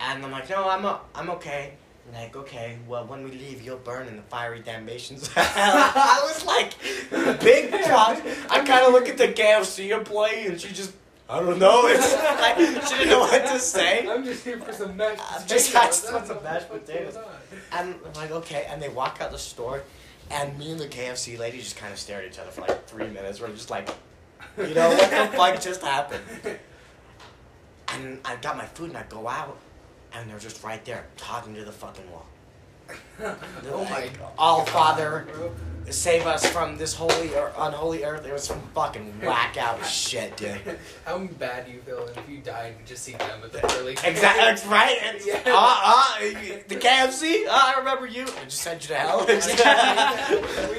[SPEAKER 1] And I'm like, no, I'm o- I'm okay. And like, okay, well, when we leave, you'll burn in the fiery damnations of hell. <laughs> I was like, big drop. I kind of look at the KFC employee, and she just, I don't know. <laughs> It's like, she didn't know what to say.
[SPEAKER 2] I'm just here for some mashed
[SPEAKER 1] I'm
[SPEAKER 2] potatoes.
[SPEAKER 1] just- I just want some
[SPEAKER 2] I don't know
[SPEAKER 1] mashed
[SPEAKER 2] what's <laughs>
[SPEAKER 1] potatoes.
[SPEAKER 2] going on.
[SPEAKER 1] And I'm like, okay. And they walk out the store, and me and the KFC lady just kind of stare at each other for like three minutes. We're just like, you know, what the
[SPEAKER 2] <laughs>
[SPEAKER 1] fuck just happened? And I got my food and I go out, and they're just right there talking to the fucking wall. They're
[SPEAKER 2] Oh my
[SPEAKER 1] like,
[SPEAKER 2] God.
[SPEAKER 1] All Father,
[SPEAKER 5] Bro.
[SPEAKER 1] save us from this holy or unholy earth. It was some fucking whack out shit, dude.
[SPEAKER 2] How bad you feel if you died and just see them at the
[SPEAKER 1] <laughs>
[SPEAKER 2] early <laughs>
[SPEAKER 1] Exactly. That's right. It's,
[SPEAKER 2] Yeah.
[SPEAKER 1] uh, uh, the KFC. Uh, I remember you. I just sent you to
[SPEAKER 4] Oh,
[SPEAKER 1] hell.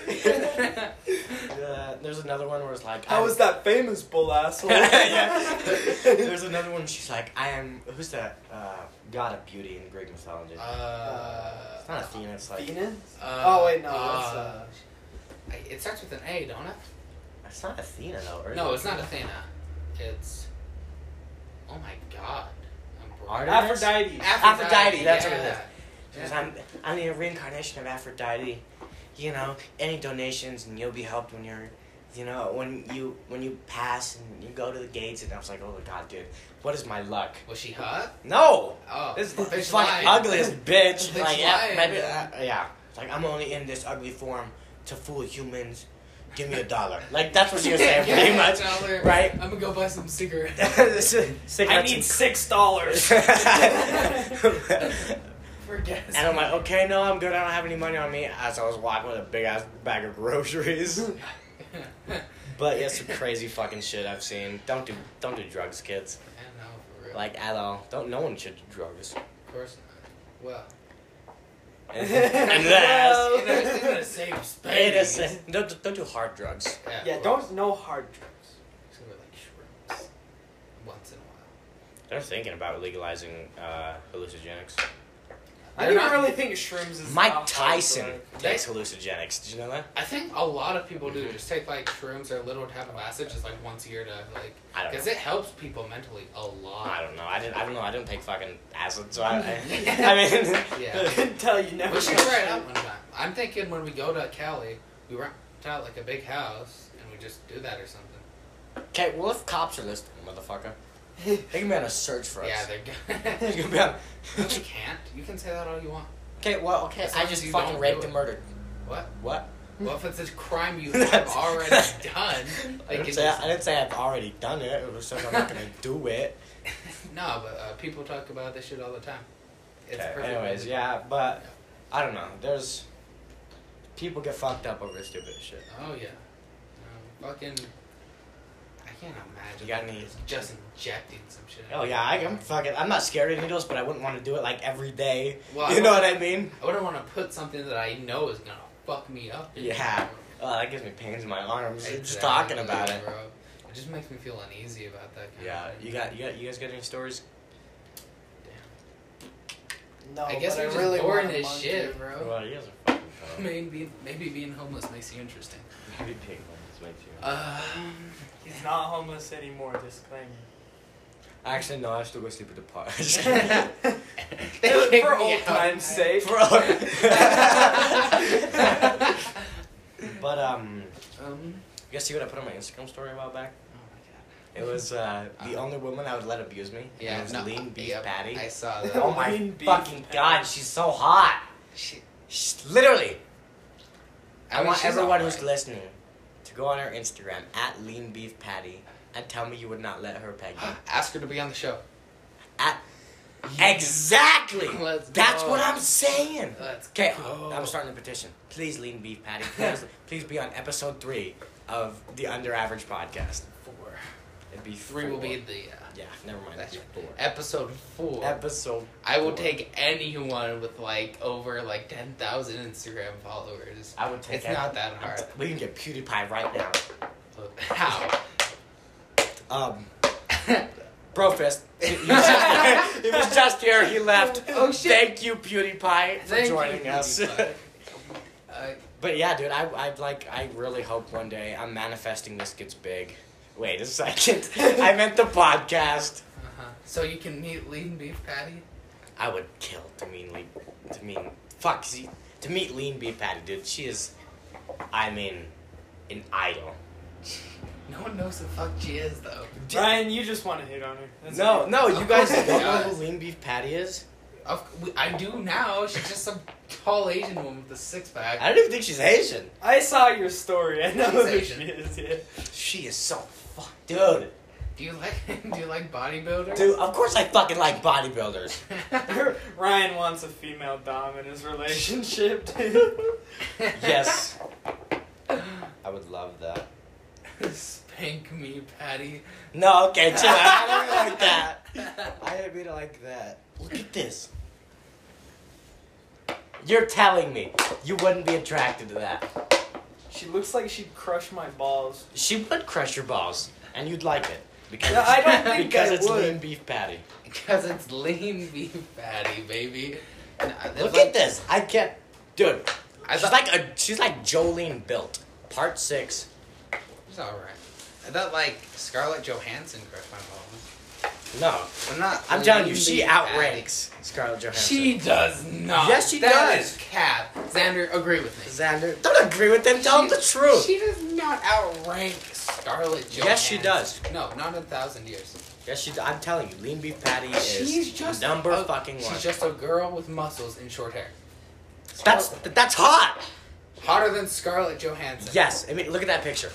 [SPEAKER 2] <laughs>
[SPEAKER 4] <laughs>
[SPEAKER 2] We
[SPEAKER 4] go
[SPEAKER 1] <laughs> Uh, there's another one where it's like
[SPEAKER 4] How
[SPEAKER 1] I'm-
[SPEAKER 4] was that famous bull <laughs> asshole?
[SPEAKER 1] yeah. There's another one. She's like, I am. Who's the uh, god of beauty in Greek mythology?
[SPEAKER 2] Uh,
[SPEAKER 1] it's not Athena. It's like
[SPEAKER 5] Venus?
[SPEAKER 2] uh,
[SPEAKER 5] oh wait, no,
[SPEAKER 2] uh, I- it starts with an A, don't it?
[SPEAKER 1] it's not Athena though. Or
[SPEAKER 2] No, it's not Athena. It's. Oh my god. I'm broke.
[SPEAKER 1] Art-
[SPEAKER 4] Uh, Aphrodite.
[SPEAKER 1] Aphrodite, that's what it
[SPEAKER 2] yeah.
[SPEAKER 1] Because I'm, I'm the reincarnation of Aphrodite. You know, any donations and you'll be helped when you're, you know, when you when you pass and you go to the gates. And I was like, oh my god, dude, what is my luck?
[SPEAKER 2] Was she hot?
[SPEAKER 1] No.
[SPEAKER 2] Oh.
[SPEAKER 1] This
[SPEAKER 2] bitch
[SPEAKER 1] is fucking
[SPEAKER 2] lied.
[SPEAKER 1] ugly as
[SPEAKER 2] <laughs>
[SPEAKER 1] bitch.
[SPEAKER 2] Bitch
[SPEAKER 1] like, yeah,
[SPEAKER 2] lied.
[SPEAKER 1] maybe, uh, yeah. Like, I'm only in this ugly form to fool humans. Give me a dollar. Like, that's what she was saying,
[SPEAKER 2] <laughs> Yeah,
[SPEAKER 1] pretty much.
[SPEAKER 2] dollar.
[SPEAKER 1] Right?
[SPEAKER 2] I'm gonna go buy some cigarettes.
[SPEAKER 1] This is-
[SPEAKER 4] I need six dollars.
[SPEAKER 2] For gas.
[SPEAKER 1] <laughs> and I'm like, okay, no, I'm good. I don't have any money on me. As I was walking with a big ass bag of
[SPEAKER 4] <laughs>
[SPEAKER 1] groceries.
[SPEAKER 2] yeah,
[SPEAKER 1] But yeah, some crazy fucking shit I've seen. Don't do, don't do drugs, kids.
[SPEAKER 2] no, for real.
[SPEAKER 1] Like at all. Don't. No one should do
[SPEAKER 4] <laughs>
[SPEAKER 1] drugs.
[SPEAKER 2] of course not.
[SPEAKER 1] <laughs>
[SPEAKER 2] Well,
[SPEAKER 1] Unless
[SPEAKER 2] in a, <laughs> in a safe
[SPEAKER 1] it
[SPEAKER 2] space.
[SPEAKER 1] is. Don't, don't do hard drugs.
[SPEAKER 2] Yeah,
[SPEAKER 5] yeah,
[SPEAKER 2] of course.
[SPEAKER 5] don't no hard drugs.
[SPEAKER 2] It's gonna be like shrooms. Once in a while.
[SPEAKER 1] They're thinking about legalizing uh, hallucinogenics.
[SPEAKER 4] I
[SPEAKER 2] They're
[SPEAKER 4] don't
[SPEAKER 2] not-
[SPEAKER 4] even really think shrooms is a
[SPEAKER 1] Mike
[SPEAKER 4] hard
[SPEAKER 1] Tyson
[SPEAKER 4] drug.
[SPEAKER 1] takes hallucinogenics. Did you know that?
[SPEAKER 2] I think a lot of people
[SPEAKER 1] Mm-hmm.
[SPEAKER 2] do just take like shrooms or little type of acid just like once a year to like
[SPEAKER 1] I don't
[SPEAKER 2] because
[SPEAKER 1] know.
[SPEAKER 2] it helps people mentally a
[SPEAKER 1] I
[SPEAKER 2] lot.
[SPEAKER 1] don't know. I didn't. I don't know. I didn't take fucking acid, so I. I,
[SPEAKER 2] <laughs>
[SPEAKER 1] <laughs> I mean.
[SPEAKER 4] <laughs>
[SPEAKER 2] Yeah.
[SPEAKER 5] Couldn't tell you never.
[SPEAKER 2] we should
[SPEAKER 5] got
[SPEAKER 2] try it
[SPEAKER 5] shit.
[SPEAKER 2] out one time. I'm thinking when we go to Cali, we rent out like a big house and we just do that or something.
[SPEAKER 1] Okay. Well, if cops are listening, motherfucker, they can be on a search for us.
[SPEAKER 2] Yeah, <laughs> they're
[SPEAKER 1] They
[SPEAKER 2] good.
[SPEAKER 1] can be on. <laughs>
[SPEAKER 2] no, you can't. You can say that all you want.
[SPEAKER 1] Okay. Well. Okay.
[SPEAKER 2] As
[SPEAKER 1] I
[SPEAKER 2] long
[SPEAKER 1] just
[SPEAKER 2] as you
[SPEAKER 1] fucking
[SPEAKER 2] don't
[SPEAKER 1] raped
[SPEAKER 2] do
[SPEAKER 1] and
[SPEAKER 2] it.
[SPEAKER 1] murdered.
[SPEAKER 2] What?
[SPEAKER 1] What?
[SPEAKER 2] Well, if it's a crime you
[SPEAKER 1] <laughs>
[SPEAKER 2] have already done,
[SPEAKER 1] I
[SPEAKER 2] like
[SPEAKER 1] didn't,
[SPEAKER 2] it
[SPEAKER 1] say,
[SPEAKER 2] just-
[SPEAKER 1] I didn't say I've already done it. It was just I'm <laughs> not gonna do it.
[SPEAKER 2] no. But uh, people talk about this shit all the time. It's
[SPEAKER 1] Okay,
[SPEAKER 2] perfect.
[SPEAKER 1] Anyways, yeah, but I don't know. There's people get fucked up over stupid shit.
[SPEAKER 2] Oh yeah. Um, fucking. I can't imagine.
[SPEAKER 1] You got any-
[SPEAKER 2] Just injecting some shit.
[SPEAKER 1] Oh yeah, I, I'm fucking. I'm not scared of needles, but I wouldn't want to do it like every day.
[SPEAKER 2] Well,
[SPEAKER 1] you know what I mean?
[SPEAKER 2] I wouldn't want to put something that I know is gonna fuck me up.
[SPEAKER 1] Yeah. Oh, that gives me pains in my arms. Just
[SPEAKER 2] Exactly,
[SPEAKER 1] talking about it.
[SPEAKER 2] bro. It just makes me feel uneasy about that. Kind
[SPEAKER 1] Yeah,
[SPEAKER 2] Of thing.
[SPEAKER 1] you got you got you guys got any stories?
[SPEAKER 5] No,
[SPEAKER 2] I
[SPEAKER 5] Oh, but
[SPEAKER 2] guess we're
[SPEAKER 5] I
[SPEAKER 2] just
[SPEAKER 5] really
[SPEAKER 2] boring
[SPEAKER 5] want a
[SPEAKER 2] as
[SPEAKER 5] monkey.
[SPEAKER 2] shit, bro.
[SPEAKER 1] Well, you guys are fucking.
[SPEAKER 2] <laughs>
[SPEAKER 1] dumb.
[SPEAKER 2] Maybe maybe being homeless makes you interesting.
[SPEAKER 1] Maybe pig ones makes you- <laughs>
[SPEAKER 2] Um,
[SPEAKER 4] He's not homeless anymore. Disclaimer.
[SPEAKER 1] Actually, no. I still go sleep at the <laughs>
[SPEAKER 2] <laughs>
[SPEAKER 1] park.
[SPEAKER 4] <laughs>
[SPEAKER 2] They kicked
[SPEAKER 4] For
[SPEAKER 2] me <laughs>
[SPEAKER 4] old
[SPEAKER 2] out.
[SPEAKER 4] times'
[SPEAKER 2] <laughs>
[SPEAKER 4] sake.
[SPEAKER 1] Bro. but um,
[SPEAKER 2] um,
[SPEAKER 1] you guys see what I put on my Instagram story a while back?
[SPEAKER 2] oh my
[SPEAKER 1] It was uh, the
[SPEAKER 2] Uh-huh.
[SPEAKER 1] only woman I would let abuse me.
[SPEAKER 2] god. Yeah.
[SPEAKER 1] It was
[SPEAKER 2] no,
[SPEAKER 1] lean beef
[SPEAKER 2] yep,
[SPEAKER 1] patty. <laughs>
[SPEAKER 2] I saw that.
[SPEAKER 1] Oh my
[SPEAKER 4] Lean beef
[SPEAKER 1] fucking
[SPEAKER 4] patty.
[SPEAKER 1] god, she's so hot.
[SPEAKER 2] Shit.
[SPEAKER 1] She's, literally, I,
[SPEAKER 2] mean,
[SPEAKER 1] want
[SPEAKER 2] she's
[SPEAKER 1] everyone who's
[SPEAKER 2] alright.
[SPEAKER 1] listening to go on her Instagram at Lean Beef Patty and tell me you would not let her peg you.
[SPEAKER 2] <gasps> Ask her to be on the show.
[SPEAKER 1] At exactly.
[SPEAKER 2] Let's
[SPEAKER 1] That's
[SPEAKER 2] go.
[SPEAKER 1] what I'm saying.
[SPEAKER 2] Let's
[SPEAKER 1] Okay,
[SPEAKER 2] go.
[SPEAKER 1] I'm starting a petition. Please, Lean Beef Patty,
[SPEAKER 2] <laughs>
[SPEAKER 1] please, please be on episode three of the Under Average podcast.
[SPEAKER 2] Four.
[SPEAKER 1] It'd be
[SPEAKER 2] Three will
[SPEAKER 1] four.
[SPEAKER 2] be the uh,
[SPEAKER 1] Yeah, never mind.
[SPEAKER 2] that's
[SPEAKER 1] That's
[SPEAKER 2] right.
[SPEAKER 1] four.
[SPEAKER 2] episode four.
[SPEAKER 1] Episode.
[SPEAKER 2] I will
[SPEAKER 1] four.
[SPEAKER 2] take anyone with like over like ten thousand Instagram followers.
[SPEAKER 1] I would take.
[SPEAKER 2] It's not that hard.
[SPEAKER 1] <laughs> We can get PewDiePie right now.
[SPEAKER 2] How?
[SPEAKER 1] Um,
[SPEAKER 2] <laughs>
[SPEAKER 1] Brofist. He he was just <laughs> here. He was just here. He left.
[SPEAKER 2] Oh, shit.
[SPEAKER 1] Thank you, PewDiePie, for
[SPEAKER 2] Thank you,
[SPEAKER 1] joining us. <laughs>
[SPEAKER 2] PewDiePie. Uh,
[SPEAKER 1] but yeah, dude, I, I like. I really hope one day I'm manifesting this gets big. Wait a second. <laughs> I meant the podcast.
[SPEAKER 2] uh-huh. So you can meet lean beef patty.
[SPEAKER 1] I would kill to mean like to mean fuck see, to meet Lean Beef Patty, dude. She is, I mean, an idol.
[SPEAKER 2] No one knows who the fuck she is though.
[SPEAKER 4] Ryan, you just want to hit on her. That's
[SPEAKER 1] no,
[SPEAKER 4] it.
[SPEAKER 1] no, you guys
[SPEAKER 2] Oh my
[SPEAKER 1] don't know
[SPEAKER 2] God.
[SPEAKER 1] who Lean Beef Patty is.
[SPEAKER 2] Of, we- I do now. She's just some tall Asian woman with a six pack.
[SPEAKER 1] I don't even think she's Asian.
[SPEAKER 4] I saw your story. I know who
[SPEAKER 2] Asian.
[SPEAKER 4] she is. Yeah.
[SPEAKER 1] She is so fuck, dude.
[SPEAKER 2] Do you like <laughs> do you like bodybuilders?
[SPEAKER 1] Dude, of course I fucking like bodybuilders.
[SPEAKER 4] <laughs> Ryan wants a female dom in his relationship, dude. <laughs>
[SPEAKER 1] Yes, I would love that.
[SPEAKER 2] <laughs> Spank me, Patty.
[SPEAKER 1] No, okay, chill. out. I don't really like that.
[SPEAKER 2] <laughs>
[SPEAKER 1] I didn't mean it like that. Look at this. You're telling me you wouldn't be attracted to that.
[SPEAKER 4] She looks like she'd crush my balls.
[SPEAKER 1] She would crush your balls, and you'd like it because
[SPEAKER 4] No,
[SPEAKER 1] <laughs>
[SPEAKER 4] I don't think
[SPEAKER 1] because
[SPEAKER 4] I
[SPEAKER 1] it's
[SPEAKER 4] would.
[SPEAKER 1] lean beef patty.
[SPEAKER 2] Because it's lean beef patty, baby. And I- it's
[SPEAKER 1] Look
[SPEAKER 2] like-
[SPEAKER 1] at this. I can't, dude.
[SPEAKER 2] I
[SPEAKER 1] she's
[SPEAKER 2] thought,
[SPEAKER 1] like a she's like Jolene built. Part six.
[SPEAKER 2] it's alright. I thought like Scarlett Johansson crushed my balls.
[SPEAKER 1] No,
[SPEAKER 2] I'm not.
[SPEAKER 1] I'm telling
[SPEAKER 2] lean
[SPEAKER 1] you, she
[SPEAKER 2] beef
[SPEAKER 1] outranks Scarlett
[SPEAKER 2] patty.
[SPEAKER 1] Johansson.
[SPEAKER 2] She does not.
[SPEAKER 1] Yes, she
[SPEAKER 2] That
[SPEAKER 1] does.
[SPEAKER 2] is cap. Xander, agree with me.
[SPEAKER 1] Xander, don't agree with them. Tell them the truth.
[SPEAKER 2] She does not outrank Scarlett Johansson.
[SPEAKER 1] Yes, she does.
[SPEAKER 2] No, not in a thousand years.
[SPEAKER 1] yes, she. I'm telling you, lean beef patty is
[SPEAKER 2] She's just
[SPEAKER 1] number
[SPEAKER 2] a-
[SPEAKER 1] fucking one.
[SPEAKER 2] Oh, She's just a girl with muscles and short hair.
[SPEAKER 1] that's that's hot.
[SPEAKER 2] Hotter than Scarlett Johansson.
[SPEAKER 1] Yes, I mean, look at that picture.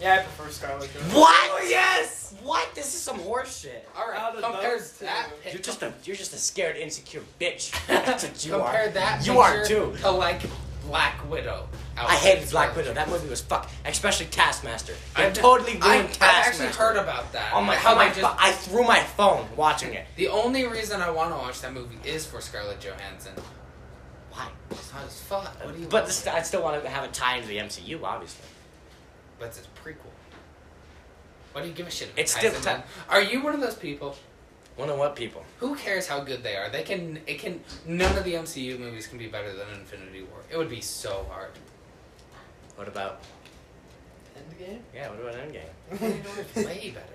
[SPEAKER 4] Yeah, I prefer Scarlett Johansson.
[SPEAKER 1] What?
[SPEAKER 2] Oh,
[SPEAKER 1] yes. What? This is some horse shit.
[SPEAKER 2] All right.
[SPEAKER 4] Out of
[SPEAKER 2] Compare
[SPEAKER 4] those two.
[SPEAKER 2] that.
[SPEAKER 1] You're just a you're just a scared, insecure
[SPEAKER 2] <laughs>
[SPEAKER 1] bitch. That's what you
[SPEAKER 2] compare
[SPEAKER 1] are.
[SPEAKER 2] that.
[SPEAKER 1] You are
[SPEAKER 2] picture
[SPEAKER 1] too.
[SPEAKER 2] To like Black Widow.
[SPEAKER 1] I hated
[SPEAKER 2] outfits.
[SPEAKER 1] Black Widow. That movie was fuck. Especially Taskmaster.
[SPEAKER 2] I
[SPEAKER 1] I
[SPEAKER 2] did-
[SPEAKER 1] totally ruined
[SPEAKER 2] I, I
[SPEAKER 1] Taskmaster.
[SPEAKER 2] actually heard about that.
[SPEAKER 1] Oh my!
[SPEAKER 2] How
[SPEAKER 1] oh my
[SPEAKER 2] they
[SPEAKER 1] fu-
[SPEAKER 2] just,
[SPEAKER 1] I threw my phone watching it.
[SPEAKER 2] the only reason I want to watch that movie is for Scarlett Johansson.
[SPEAKER 1] Why?
[SPEAKER 2] It's hot as fuck. What do you?
[SPEAKER 1] But
[SPEAKER 2] want?
[SPEAKER 1] this, I still want to have it tie into the MCU, obviously.
[SPEAKER 2] But it's a prequel. Why do you give a shit? About
[SPEAKER 1] It's still
[SPEAKER 2] Heisenberg? Are you one of those people?
[SPEAKER 1] Wonder what people?
[SPEAKER 2] Who cares how good they are? They can. It can. None of the MCU movies can be better than Infinity War. It would be so hard.
[SPEAKER 1] What about?
[SPEAKER 5] Endgame?
[SPEAKER 1] Yeah. What about Endgame?
[SPEAKER 2] <laughs> Way better. <laughs>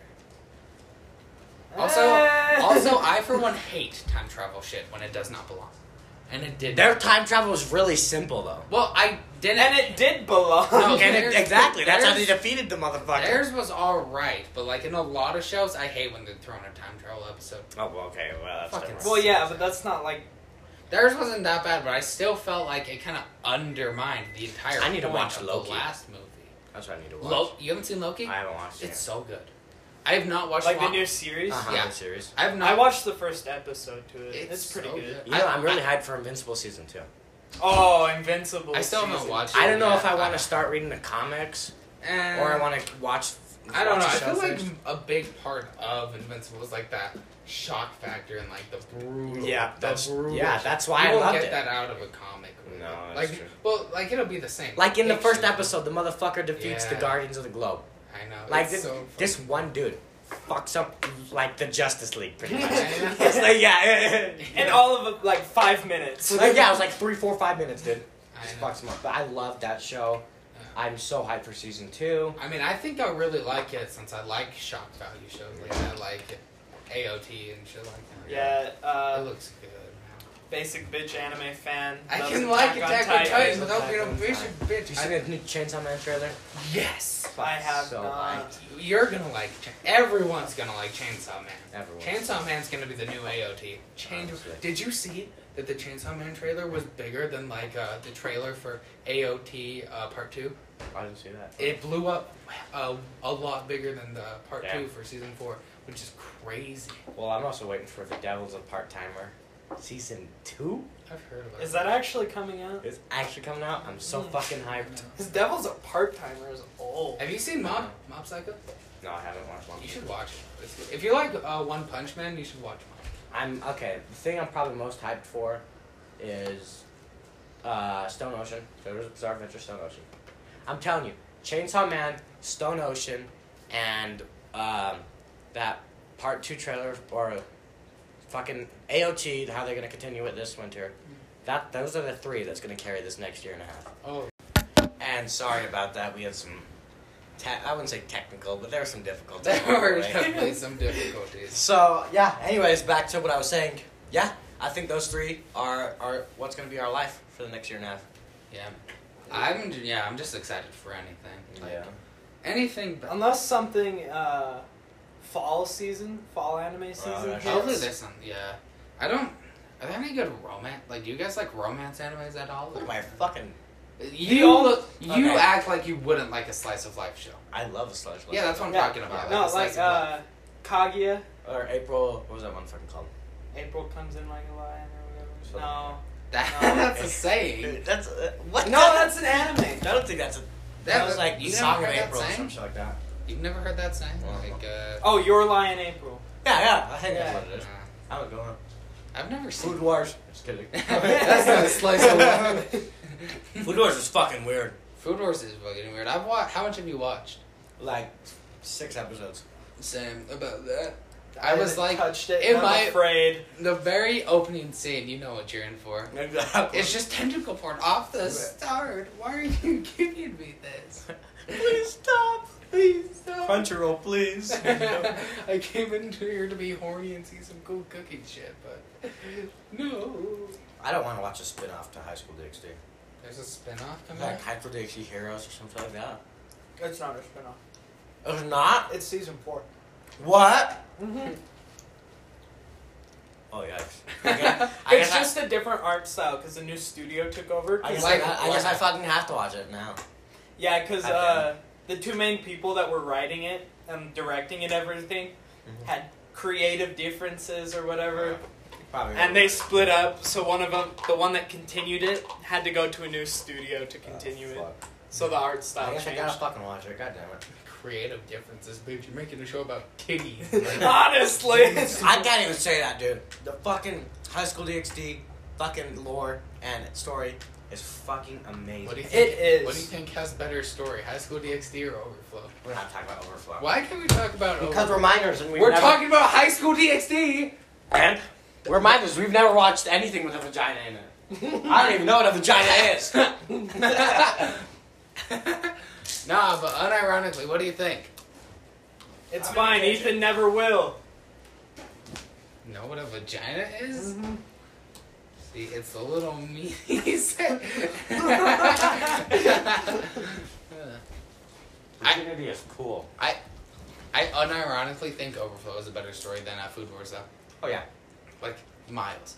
[SPEAKER 2] Also,
[SPEAKER 4] Eh.
[SPEAKER 2] also, I for one hate time travel shit when it does not belong, and it did.
[SPEAKER 1] Their time travel was really simple though.
[SPEAKER 2] Well, I didn't.
[SPEAKER 4] and it did belong.
[SPEAKER 2] No.
[SPEAKER 1] And it,
[SPEAKER 2] There's-
[SPEAKER 1] exactly. That's how they
[SPEAKER 2] there's-
[SPEAKER 1] defeated the motherfucker.
[SPEAKER 2] Theirs was all right, but like in a lot of shows, I hate when they're throwing a time travel episode.
[SPEAKER 1] oh well, okay. Well, that's
[SPEAKER 2] Fucking
[SPEAKER 1] different.
[SPEAKER 4] Well, yeah, but that's not like.
[SPEAKER 2] Theirs wasn't that bad, but I still felt like it kind of undermined the entire.
[SPEAKER 1] I need to
[SPEAKER 2] point
[SPEAKER 1] watch
[SPEAKER 2] of
[SPEAKER 1] Loki.
[SPEAKER 2] The last movie.
[SPEAKER 1] that's what I need to watch.
[SPEAKER 2] Lo- you haven't seen Loki?
[SPEAKER 1] I haven't watched it.
[SPEAKER 2] It's so good. I have not watched.
[SPEAKER 4] Like the
[SPEAKER 2] Lo-
[SPEAKER 4] new series?
[SPEAKER 1] uh-huh,
[SPEAKER 2] yeah.
[SPEAKER 1] the series.
[SPEAKER 2] I have not.
[SPEAKER 4] I watched the first episode to it.
[SPEAKER 2] It's,
[SPEAKER 4] It's, pretty
[SPEAKER 2] so
[SPEAKER 4] good.
[SPEAKER 1] You know, I'm really hyped for Invincible season two.
[SPEAKER 4] Oh, Invincible.
[SPEAKER 2] I still haven't
[SPEAKER 4] season. <laughs>
[SPEAKER 2] watched.
[SPEAKER 1] I don't know if
[SPEAKER 2] yet.
[SPEAKER 1] I want to start reading the comics
[SPEAKER 2] uh-huh. Eh.
[SPEAKER 1] or I want to watch.
[SPEAKER 2] I don't know. I
[SPEAKER 1] watch the
[SPEAKER 2] feel
[SPEAKER 1] show
[SPEAKER 2] like
[SPEAKER 1] first.
[SPEAKER 2] a big part of Invincible is like that shock factor and like the brutal.
[SPEAKER 1] yeah,
[SPEAKER 2] the
[SPEAKER 1] that's
[SPEAKER 2] brutal
[SPEAKER 1] yeah,
[SPEAKER 2] shit.
[SPEAKER 1] that's why
[SPEAKER 2] you
[SPEAKER 1] I
[SPEAKER 2] won't
[SPEAKER 1] loved
[SPEAKER 2] get
[SPEAKER 1] it.
[SPEAKER 2] that out of a comic.
[SPEAKER 1] No, that's
[SPEAKER 2] like
[SPEAKER 1] true.
[SPEAKER 2] well, like it'll be the same.
[SPEAKER 1] Like in the
[SPEAKER 2] picture.
[SPEAKER 1] first episode, the motherfucker defeats the
[SPEAKER 2] Yeah.
[SPEAKER 1] Guardians of the Globe.
[SPEAKER 2] I know.
[SPEAKER 1] Like
[SPEAKER 2] it's
[SPEAKER 1] this,
[SPEAKER 2] so
[SPEAKER 1] <laughs>
[SPEAKER 2] funny.
[SPEAKER 1] this one dude fucks up like the Justice League
[SPEAKER 2] <laughs>
[SPEAKER 1] pretty much.
[SPEAKER 2] I know.
[SPEAKER 1] it's like
[SPEAKER 2] <laughs>
[SPEAKER 1] yeah,
[SPEAKER 4] In all of like five minutes.
[SPEAKER 1] like, yeah, it was like three, four, five minutes, dude.
[SPEAKER 2] I
[SPEAKER 1] Just
[SPEAKER 2] know.
[SPEAKER 1] fucks him up. But I love that show. I'm so hyped for season two.
[SPEAKER 2] I mean, I think I really like it since I like shock value shows like that, like AOT and shit like that.
[SPEAKER 4] Yeah,
[SPEAKER 2] It
[SPEAKER 4] uh,
[SPEAKER 2] looks good. man.
[SPEAKER 4] basic bitch anime fan.
[SPEAKER 2] I
[SPEAKER 4] loves
[SPEAKER 2] can like
[SPEAKER 4] on
[SPEAKER 2] Attack on Titan without
[SPEAKER 4] Attack
[SPEAKER 2] being a
[SPEAKER 4] on
[SPEAKER 2] basic
[SPEAKER 4] Titan.
[SPEAKER 1] Did
[SPEAKER 2] bitch.
[SPEAKER 1] you see
[SPEAKER 2] I-
[SPEAKER 1] the new Chainsaw Man trailer?
[SPEAKER 2] yes.
[SPEAKER 4] I have
[SPEAKER 1] So
[SPEAKER 4] not.
[SPEAKER 1] hyped.
[SPEAKER 2] You're gonna like. Cha- Everyone's gonna like Chainsaw Man.
[SPEAKER 1] Everyone.
[SPEAKER 2] Chainsaw Man's gonna be the new AOT. Change.
[SPEAKER 1] Honestly.
[SPEAKER 2] Did you see that the Chainsaw Man trailer was bigger than like uh, the trailer for AOT uh, Part Two?
[SPEAKER 1] I didn't see that.
[SPEAKER 2] It blew up uh, a lot bigger than the part
[SPEAKER 1] Yeah.
[SPEAKER 2] two for season four, which is crazy.
[SPEAKER 1] Well, I'm also waiting for The Devil's a Part Timer. Season 2
[SPEAKER 2] I've heard about
[SPEAKER 4] Is
[SPEAKER 2] it.
[SPEAKER 4] that actually coming out?
[SPEAKER 1] is actually coming out. I'm so
[SPEAKER 2] Mm.
[SPEAKER 1] fucking hyped.
[SPEAKER 4] His devil's a part timer is old.
[SPEAKER 2] Have you seen Mob Mob Psycho?
[SPEAKER 1] No, I haven't watched one.
[SPEAKER 2] You should watch it. It's good. If you like uh, One Punch Man, you should watch Mob.
[SPEAKER 1] I'm okay. The thing I'm probably most hyped for is uh, Stone Ocean. Jojo's Bizarre Adventure, Stone Ocean. I'm telling you, Chainsaw Man, Stone Ocean, and um, that part two trailer or fucking AOT. How they're gonna continue it this winter? That those are the three that's gonna carry this next year and a half.
[SPEAKER 2] Oh,
[SPEAKER 1] And sorry about that. We had some. Te- I wouldn't say technical, but there were some difficulties.
[SPEAKER 2] <laughs> there
[SPEAKER 1] along the
[SPEAKER 2] were
[SPEAKER 1] way.
[SPEAKER 2] definitely some difficulties.
[SPEAKER 1] So yeah. Anyways, back to what I was saying. Yeah, I think those three are are what's gonna be our life for the next year and a half.
[SPEAKER 2] Yeah, I'm j- yeah I'm just excited for anything. Like, Anything. But
[SPEAKER 4] Unless something uh, fall season, fall anime season.
[SPEAKER 1] that's-
[SPEAKER 4] hits.
[SPEAKER 2] Oh, Hopefully there's some. Yeah, I don't. Are there any good romance? Like, do you guys like romance animes at all?
[SPEAKER 1] Look
[SPEAKER 2] Or-
[SPEAKER 1] at Oh my fucking.
[SPEAKER 4] The
[SPEAKER 2] You
[SPEAKER 4] only-
[SPEAKER 2] look, you
[SPEAKER 1] okay.
[SPEAKER 2] act like you wouldn't like a slice of life show.
[SPEAKER 1] I love the sludge.
[SPEAKER 2] Yeah, that's what I'm
[SPEAKER 4] Yeah.
[SPEAKER 2] talking about.
[SPEAKER 4] no,
[SPEAKER 2] a slice
[SPEAKER 4] like
[SPEAKER 2] of life.
[SPEAKER 4] uh, Kaguya,
[SPEAKER 1] Or April. What was that one fucking called?
[SPEAKER 4] April comes in like a lion or whatever.
[SPEAKER 1] So-
[SPEAKER 4] no,
[SPEAKER 2] <laughs> That-
[SPEAKER 4] no.
[SPEAKER 2] that's a saying.
[SPEAKER 1] That's uh, what?
[SPEAKER 4] no, that's an anime.
[SPEAKER 1] I don't think that's a. That, was like
[SPEAKER 2] you
[SPEAKER 1] song
[SPEAKER 2] never
[SPEAKER 1] of
[SPEAKER 2] heard that
[SPEAKER 1] April or some
[SPEAKER 2] saying.
[SPEAKER 1] shit like that.
[SPEAKER 2] You've never heard that saying?
[SPEAKER 1] Well,
[SPEAKER 2] Like, uh,
[SPEAKER 4] Oh, Your Lion April.
[SPEAKER 1] Yeah, yeah. I think that's what it
[SPEAKER 2] uh,
[SPEAKER 1] is. I would go on.
[SPEAKER 2] I've
[SPEAKER 1] Food
[SPEAKER 2] never <laughs> seen.
[SPEAKER 1] Wars. Just kidding. <laughs>
[SPEAKER 2] that's not a slice of life.
[SPEAKER 1] Food Wars is fucking weird.
[SPEAKER 2] Food Wars is fucking weird. I've watched. How much have you watched?
[SPEAKER 1] Like six episodes.
[SPEAKER 2] Same about that. I was
[SPEAKER 4] haven't
[SPEAKER 2] like,
[SPEAKER 4] touched it.
[SPEAKER 2] it
[SPEAKER 4] and
[SPEAKER 2] might-
[SPEAKER 4] I'm afraid.
[SPEAKER 2] The very opening scene, you know what you're in for.
[SPEAKER 1] Exactly.
[SPEAKER 2] It's just tentacle porn off the start. Why are you <laughs> giving me <laughs> this?
[SPEAKER 1] <laughs> Please
[SPEAKER 2] <laughs>
[SPEAKER 1] stop.
[SPEAKER 2] Please stop.
[SPEAKER 1] Crunchyroll, please.
[SPEAKER 2] <laughs> I came in here to be horny and see some cool cooking shit, <laughs> but no.
[SPEAKER 1] I don't want to watch a spin off to High School DxD.
[SPEAKER 2] There's a spinoff coming.
[SPEAKER 1] Like
[SPEAKER 2] out?
[SPEAKER 1] High School DxD Heroes or something like that.
[SPEAKER 4] It's not a spinoff.
[SPEAKER 1] It was not?
[SPEAKER 4] It's season 4
[SPEAKER 1] What?
[SPEAKER 4] Mm-hmm.
[SPEAKER 1] Oh, yikes. <laughs> I
[SPEAKER 4] <laughs> It's
[SPEAKER 1] guess I-
[SPEAKER 4] just a different art style because a new studio took over.
[SPEAKER 1] I guess,
[SPEAKER 4] 'cause
[SPEAKER 1] I,
[SPEAKER 2] Like,
[SPEAKER 1] I guess I fucking have to watch it now.
[SPEAKER 4] Yeah, because
[SPEAKER 1] I-
[SPEAKER 4] uh, the two main people that were writing it and directing it, everything,
[SPEAKER 2] Mm-hmm.
[SPEAKER 1] Mhm.
[SPEAKER 4] had creative differences or whatever,
[SPEAKER 1] Probably.
[SPEAKER 4] and they split up. So one of them, the one that continued it, had to go to a new studio to continue it. So the art
[SPEAKER 1] I
[SPEAKER 4] style
[SPEAKER 1] guess I
[SPEAKER 4] changed.
[SPEAKER 1] gotta fucking watch it. God damn it.
[SPEAKER 2] Creative differences, bitch. You're making a show about titties. <laughs>
[SPEAKER 4] <laughs> Honestly,
[SPEAKER 1] I can't even say that, dude. The fucking High School DxD fucking lore and story is fucking amazing.
[SPEAKER 2] what do you think?
[SPEAKER 4] it is.
[SPEAKER 2] What do you think has better story, High School DxD or Overflow?
[SPEAKER 1] We're not talking about Overflow.
[SPEAKER 2] Why can't we talk about
[SPEAKER 1] Because we're
[SPEAKER 2] Overflow?
[SPEAKER 1] minors and we
[SPEAKER 2] We're
[SPEAKER 1] never-
[SPEAKER 2] talking about High School DxD.
[SPEAKER 1] And we're minors. We've never watched anything with a vagina in <laughs> it. I don't even know what a vagina <laughs> is.
[SPEAKER 2] <laughs> Nah, but unironically, what do you think?
[SPEAKER 4] It's
[SPEAKER 5] I'm gonna
[SPEAKER 4] fine.
[SPEAKER 5] catch
[SPEAKER 4] Ethan never will.
[SPEAKER 2] Know what a vagina is?
[SPEAKER 1] Mm-hmm.
[SPEAKER 2] See, it's a little me. <laughs>
[SPEAKER 1] <laughs>
[SPEAKER 2] I-
[SPEAKER 1] Virginity is cool.
[SPEAKER 2] I unironically think Overflow is a better story than uh, Food Wars, though.
[SPEAKER 1] Oh yeah.
[SPEAKER 2] Like miles.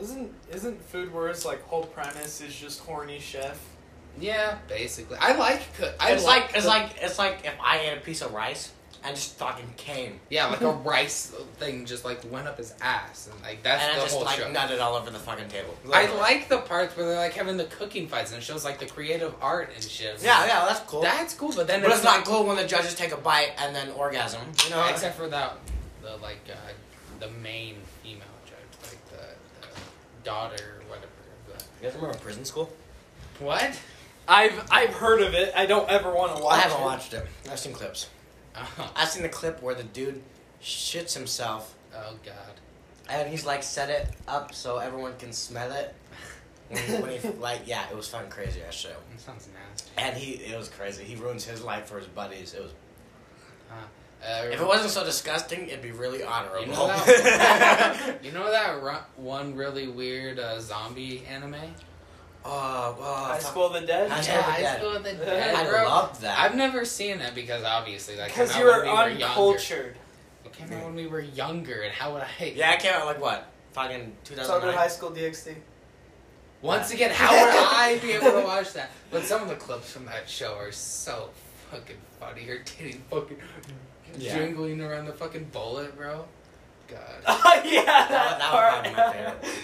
[SPEAKER 4] Isn't isn't Food Wars like whole premise is just horny <laughs> chef?
[SPEAKER 2] Yeah, basically. I like. cook- I
[SPEAKER 1] it's like, it's
[SPEAKER 2] cook-
[SPEAKER 1] like it's like if I ate a piece of rice and just fucking came
[SPEAKER 2] Yeah, like
[SPEAKER 1] <laughs>
[SPEAKER 2] a rice thing just like went up his ass, and like that's
[SPEAKER 1] and
[SPEAKER 2] the
[SPEAKER 1] I just
[SPEAKER 2] whole
[SPEAKER 1] like
[SPEAKER 2] show.
[SPEAKER 1] nutted all over the fucking table.
[SPEAKER 2] I like the parts where they're like having the cooking fights and it shows like the creative art and shit.
[SPEAKER 1] Yeah, yeah, that's cool.
[SPEAKER 2] That's cool, but then
[SPEAKER 1] but it's not
[SPEAKER 2] like-
[SPEAKER 1] cool when the judges take a bite and then orgasm. You know.
[SPEAKER 2] Except for that, the like uh, the main female judge, like the, the daughter, or whatever. The,
[SPEAKER 1] You guys remember Prison School?
[SPEAKER 2] what?
[SPEAKER 4] <laughs>
[SPEAKER 2] <laughs>
[SPEAKER 4] I've I've heard of it. I don't ever want to watch.
[SPEAKER 1] I haven't
[SPEAKER 4] it.
[SPEAKER 1] watched it. I've seen clips.
[SPEAKER 2] Oh,
[SPEAKER 1] I've seen the clip where the dude shits himself
[SPEAKER 2] oh god.
[SPEAKER 1] and he's like set it up so everyone can smell it. When he, <laughs> when he like yeah, it was fucking crazy as shit.
[SPEAKER 2] That sounds nasty.
[SPEAKER 1] And he, it was crazy. He ruins his life for his buddies. It was.
[SPEAKER 2] Uh,
[SPEAKER 1] If it wasn't so disgusting, it'd be really honorable.
[SPEAKER 2] You
[SPEAKER 1] <laughs>
[SPEAKER 2] know that, you know that ru- one really weird uh, zombie anime?
[SPEAKER 1] oh, well,
[SPEAKER 4] High School of the Dead.
[SPEAKER 1] High School
[SPEAKER 2] Yeah,
[SPEAKER 1] of the
[SPEAKER 2] High
[SPEAKER 1] Dead.
[SPEAKER 2] School of the
[SPEAKER 4] Dead,
[SPEAKER 1] I
[SPEAKER 2] Dead, bro.
[SPEAKER 1] love that.
[SPEAKER 2] I've never seen it because obviously, like,
[SPEAKER 4] Because
[SPEAKER 2] came
[SPEAKER 4] you
[SPEAKER 2] out
[SPEAKER 4] were
[SPEAKER 2] when we Were younger.
[SPEAKER 4] uncultured.
[SPEAKER 2] It came out when we were younger, and how would I?
[SPEAKER 1] yeah, it came out like what? Fucking
[SPEAKER 5] So good
[SPEAKER 4] <laughs>
[SPEAKER 1] 2009.
[SPEAKER 5] high school DxD.
[SPEAKER 2] Once again, how would I be able to watch that? But some of the clips from that show are so fucking funny. Her titty fucking
[SPEAKER 1] Yeah.
[SPEAKER 2] jingling around the fucking bullet, bro. God,
[SPEAKER 4] Oh yeah, that,
[SPEAKER 1] That, that
[SPEAKER 4] part.
[SPEAKER 1] was probably my favorite.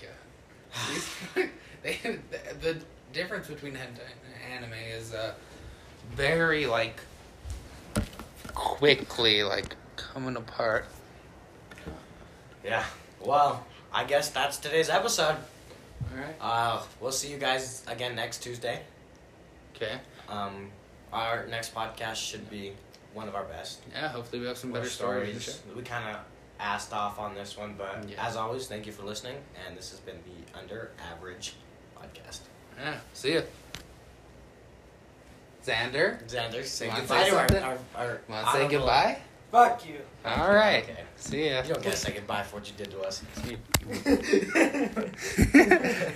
[SPEAKER 2] God. These- they, the, the difference between hentai and anime is uh, very like quickly like coming apart.
[SPEAKER 1] Yeah. Well, I guess that's today's episode.
[SPEAKER 2] All right.
[SPEAKER 1] Uh, we'll see you guys again next Tuesday.
[SPEAKER 2] Okay.
[SPEAKER 1] Um, our next podcast should be one of our best.
[SPEAKER 2] Yeah. Hopefully we have some
[SPEAKER 1] More
[SPEAKER 2] better stories. and shit.
[SPEAKER 1] We kind of asked off on this one, but
[SPEAKER 2] Yeah.
[SPEAKER 1] as always, thank you for listening. And this has been the Under Average Podcast.
[SPEAKER 2] Yeah. See ya. Xander,
[SPEAKER 1] Xander, say
[SPEAKER 2] Wanna
[SPEAKER 1] goodbye
[SPEAKER 2] say
[SPEAKER 1] to our,
[SPEAKER 2] something?
[SPEAKER 1] our, our
[SPEAKER 2] want to say
[SPEAKER 1] honorable-
[SPEAKER 2] goodbye?
[SPEAKER 4] <laughs> Fuck you.
[SPEAKER 2] All right.
[SPEAKER 1] Okay.
[SPEAKER 2] See ya. <laughs>
[SPEAKER 1] You don't get to say goodbye for what you did to us.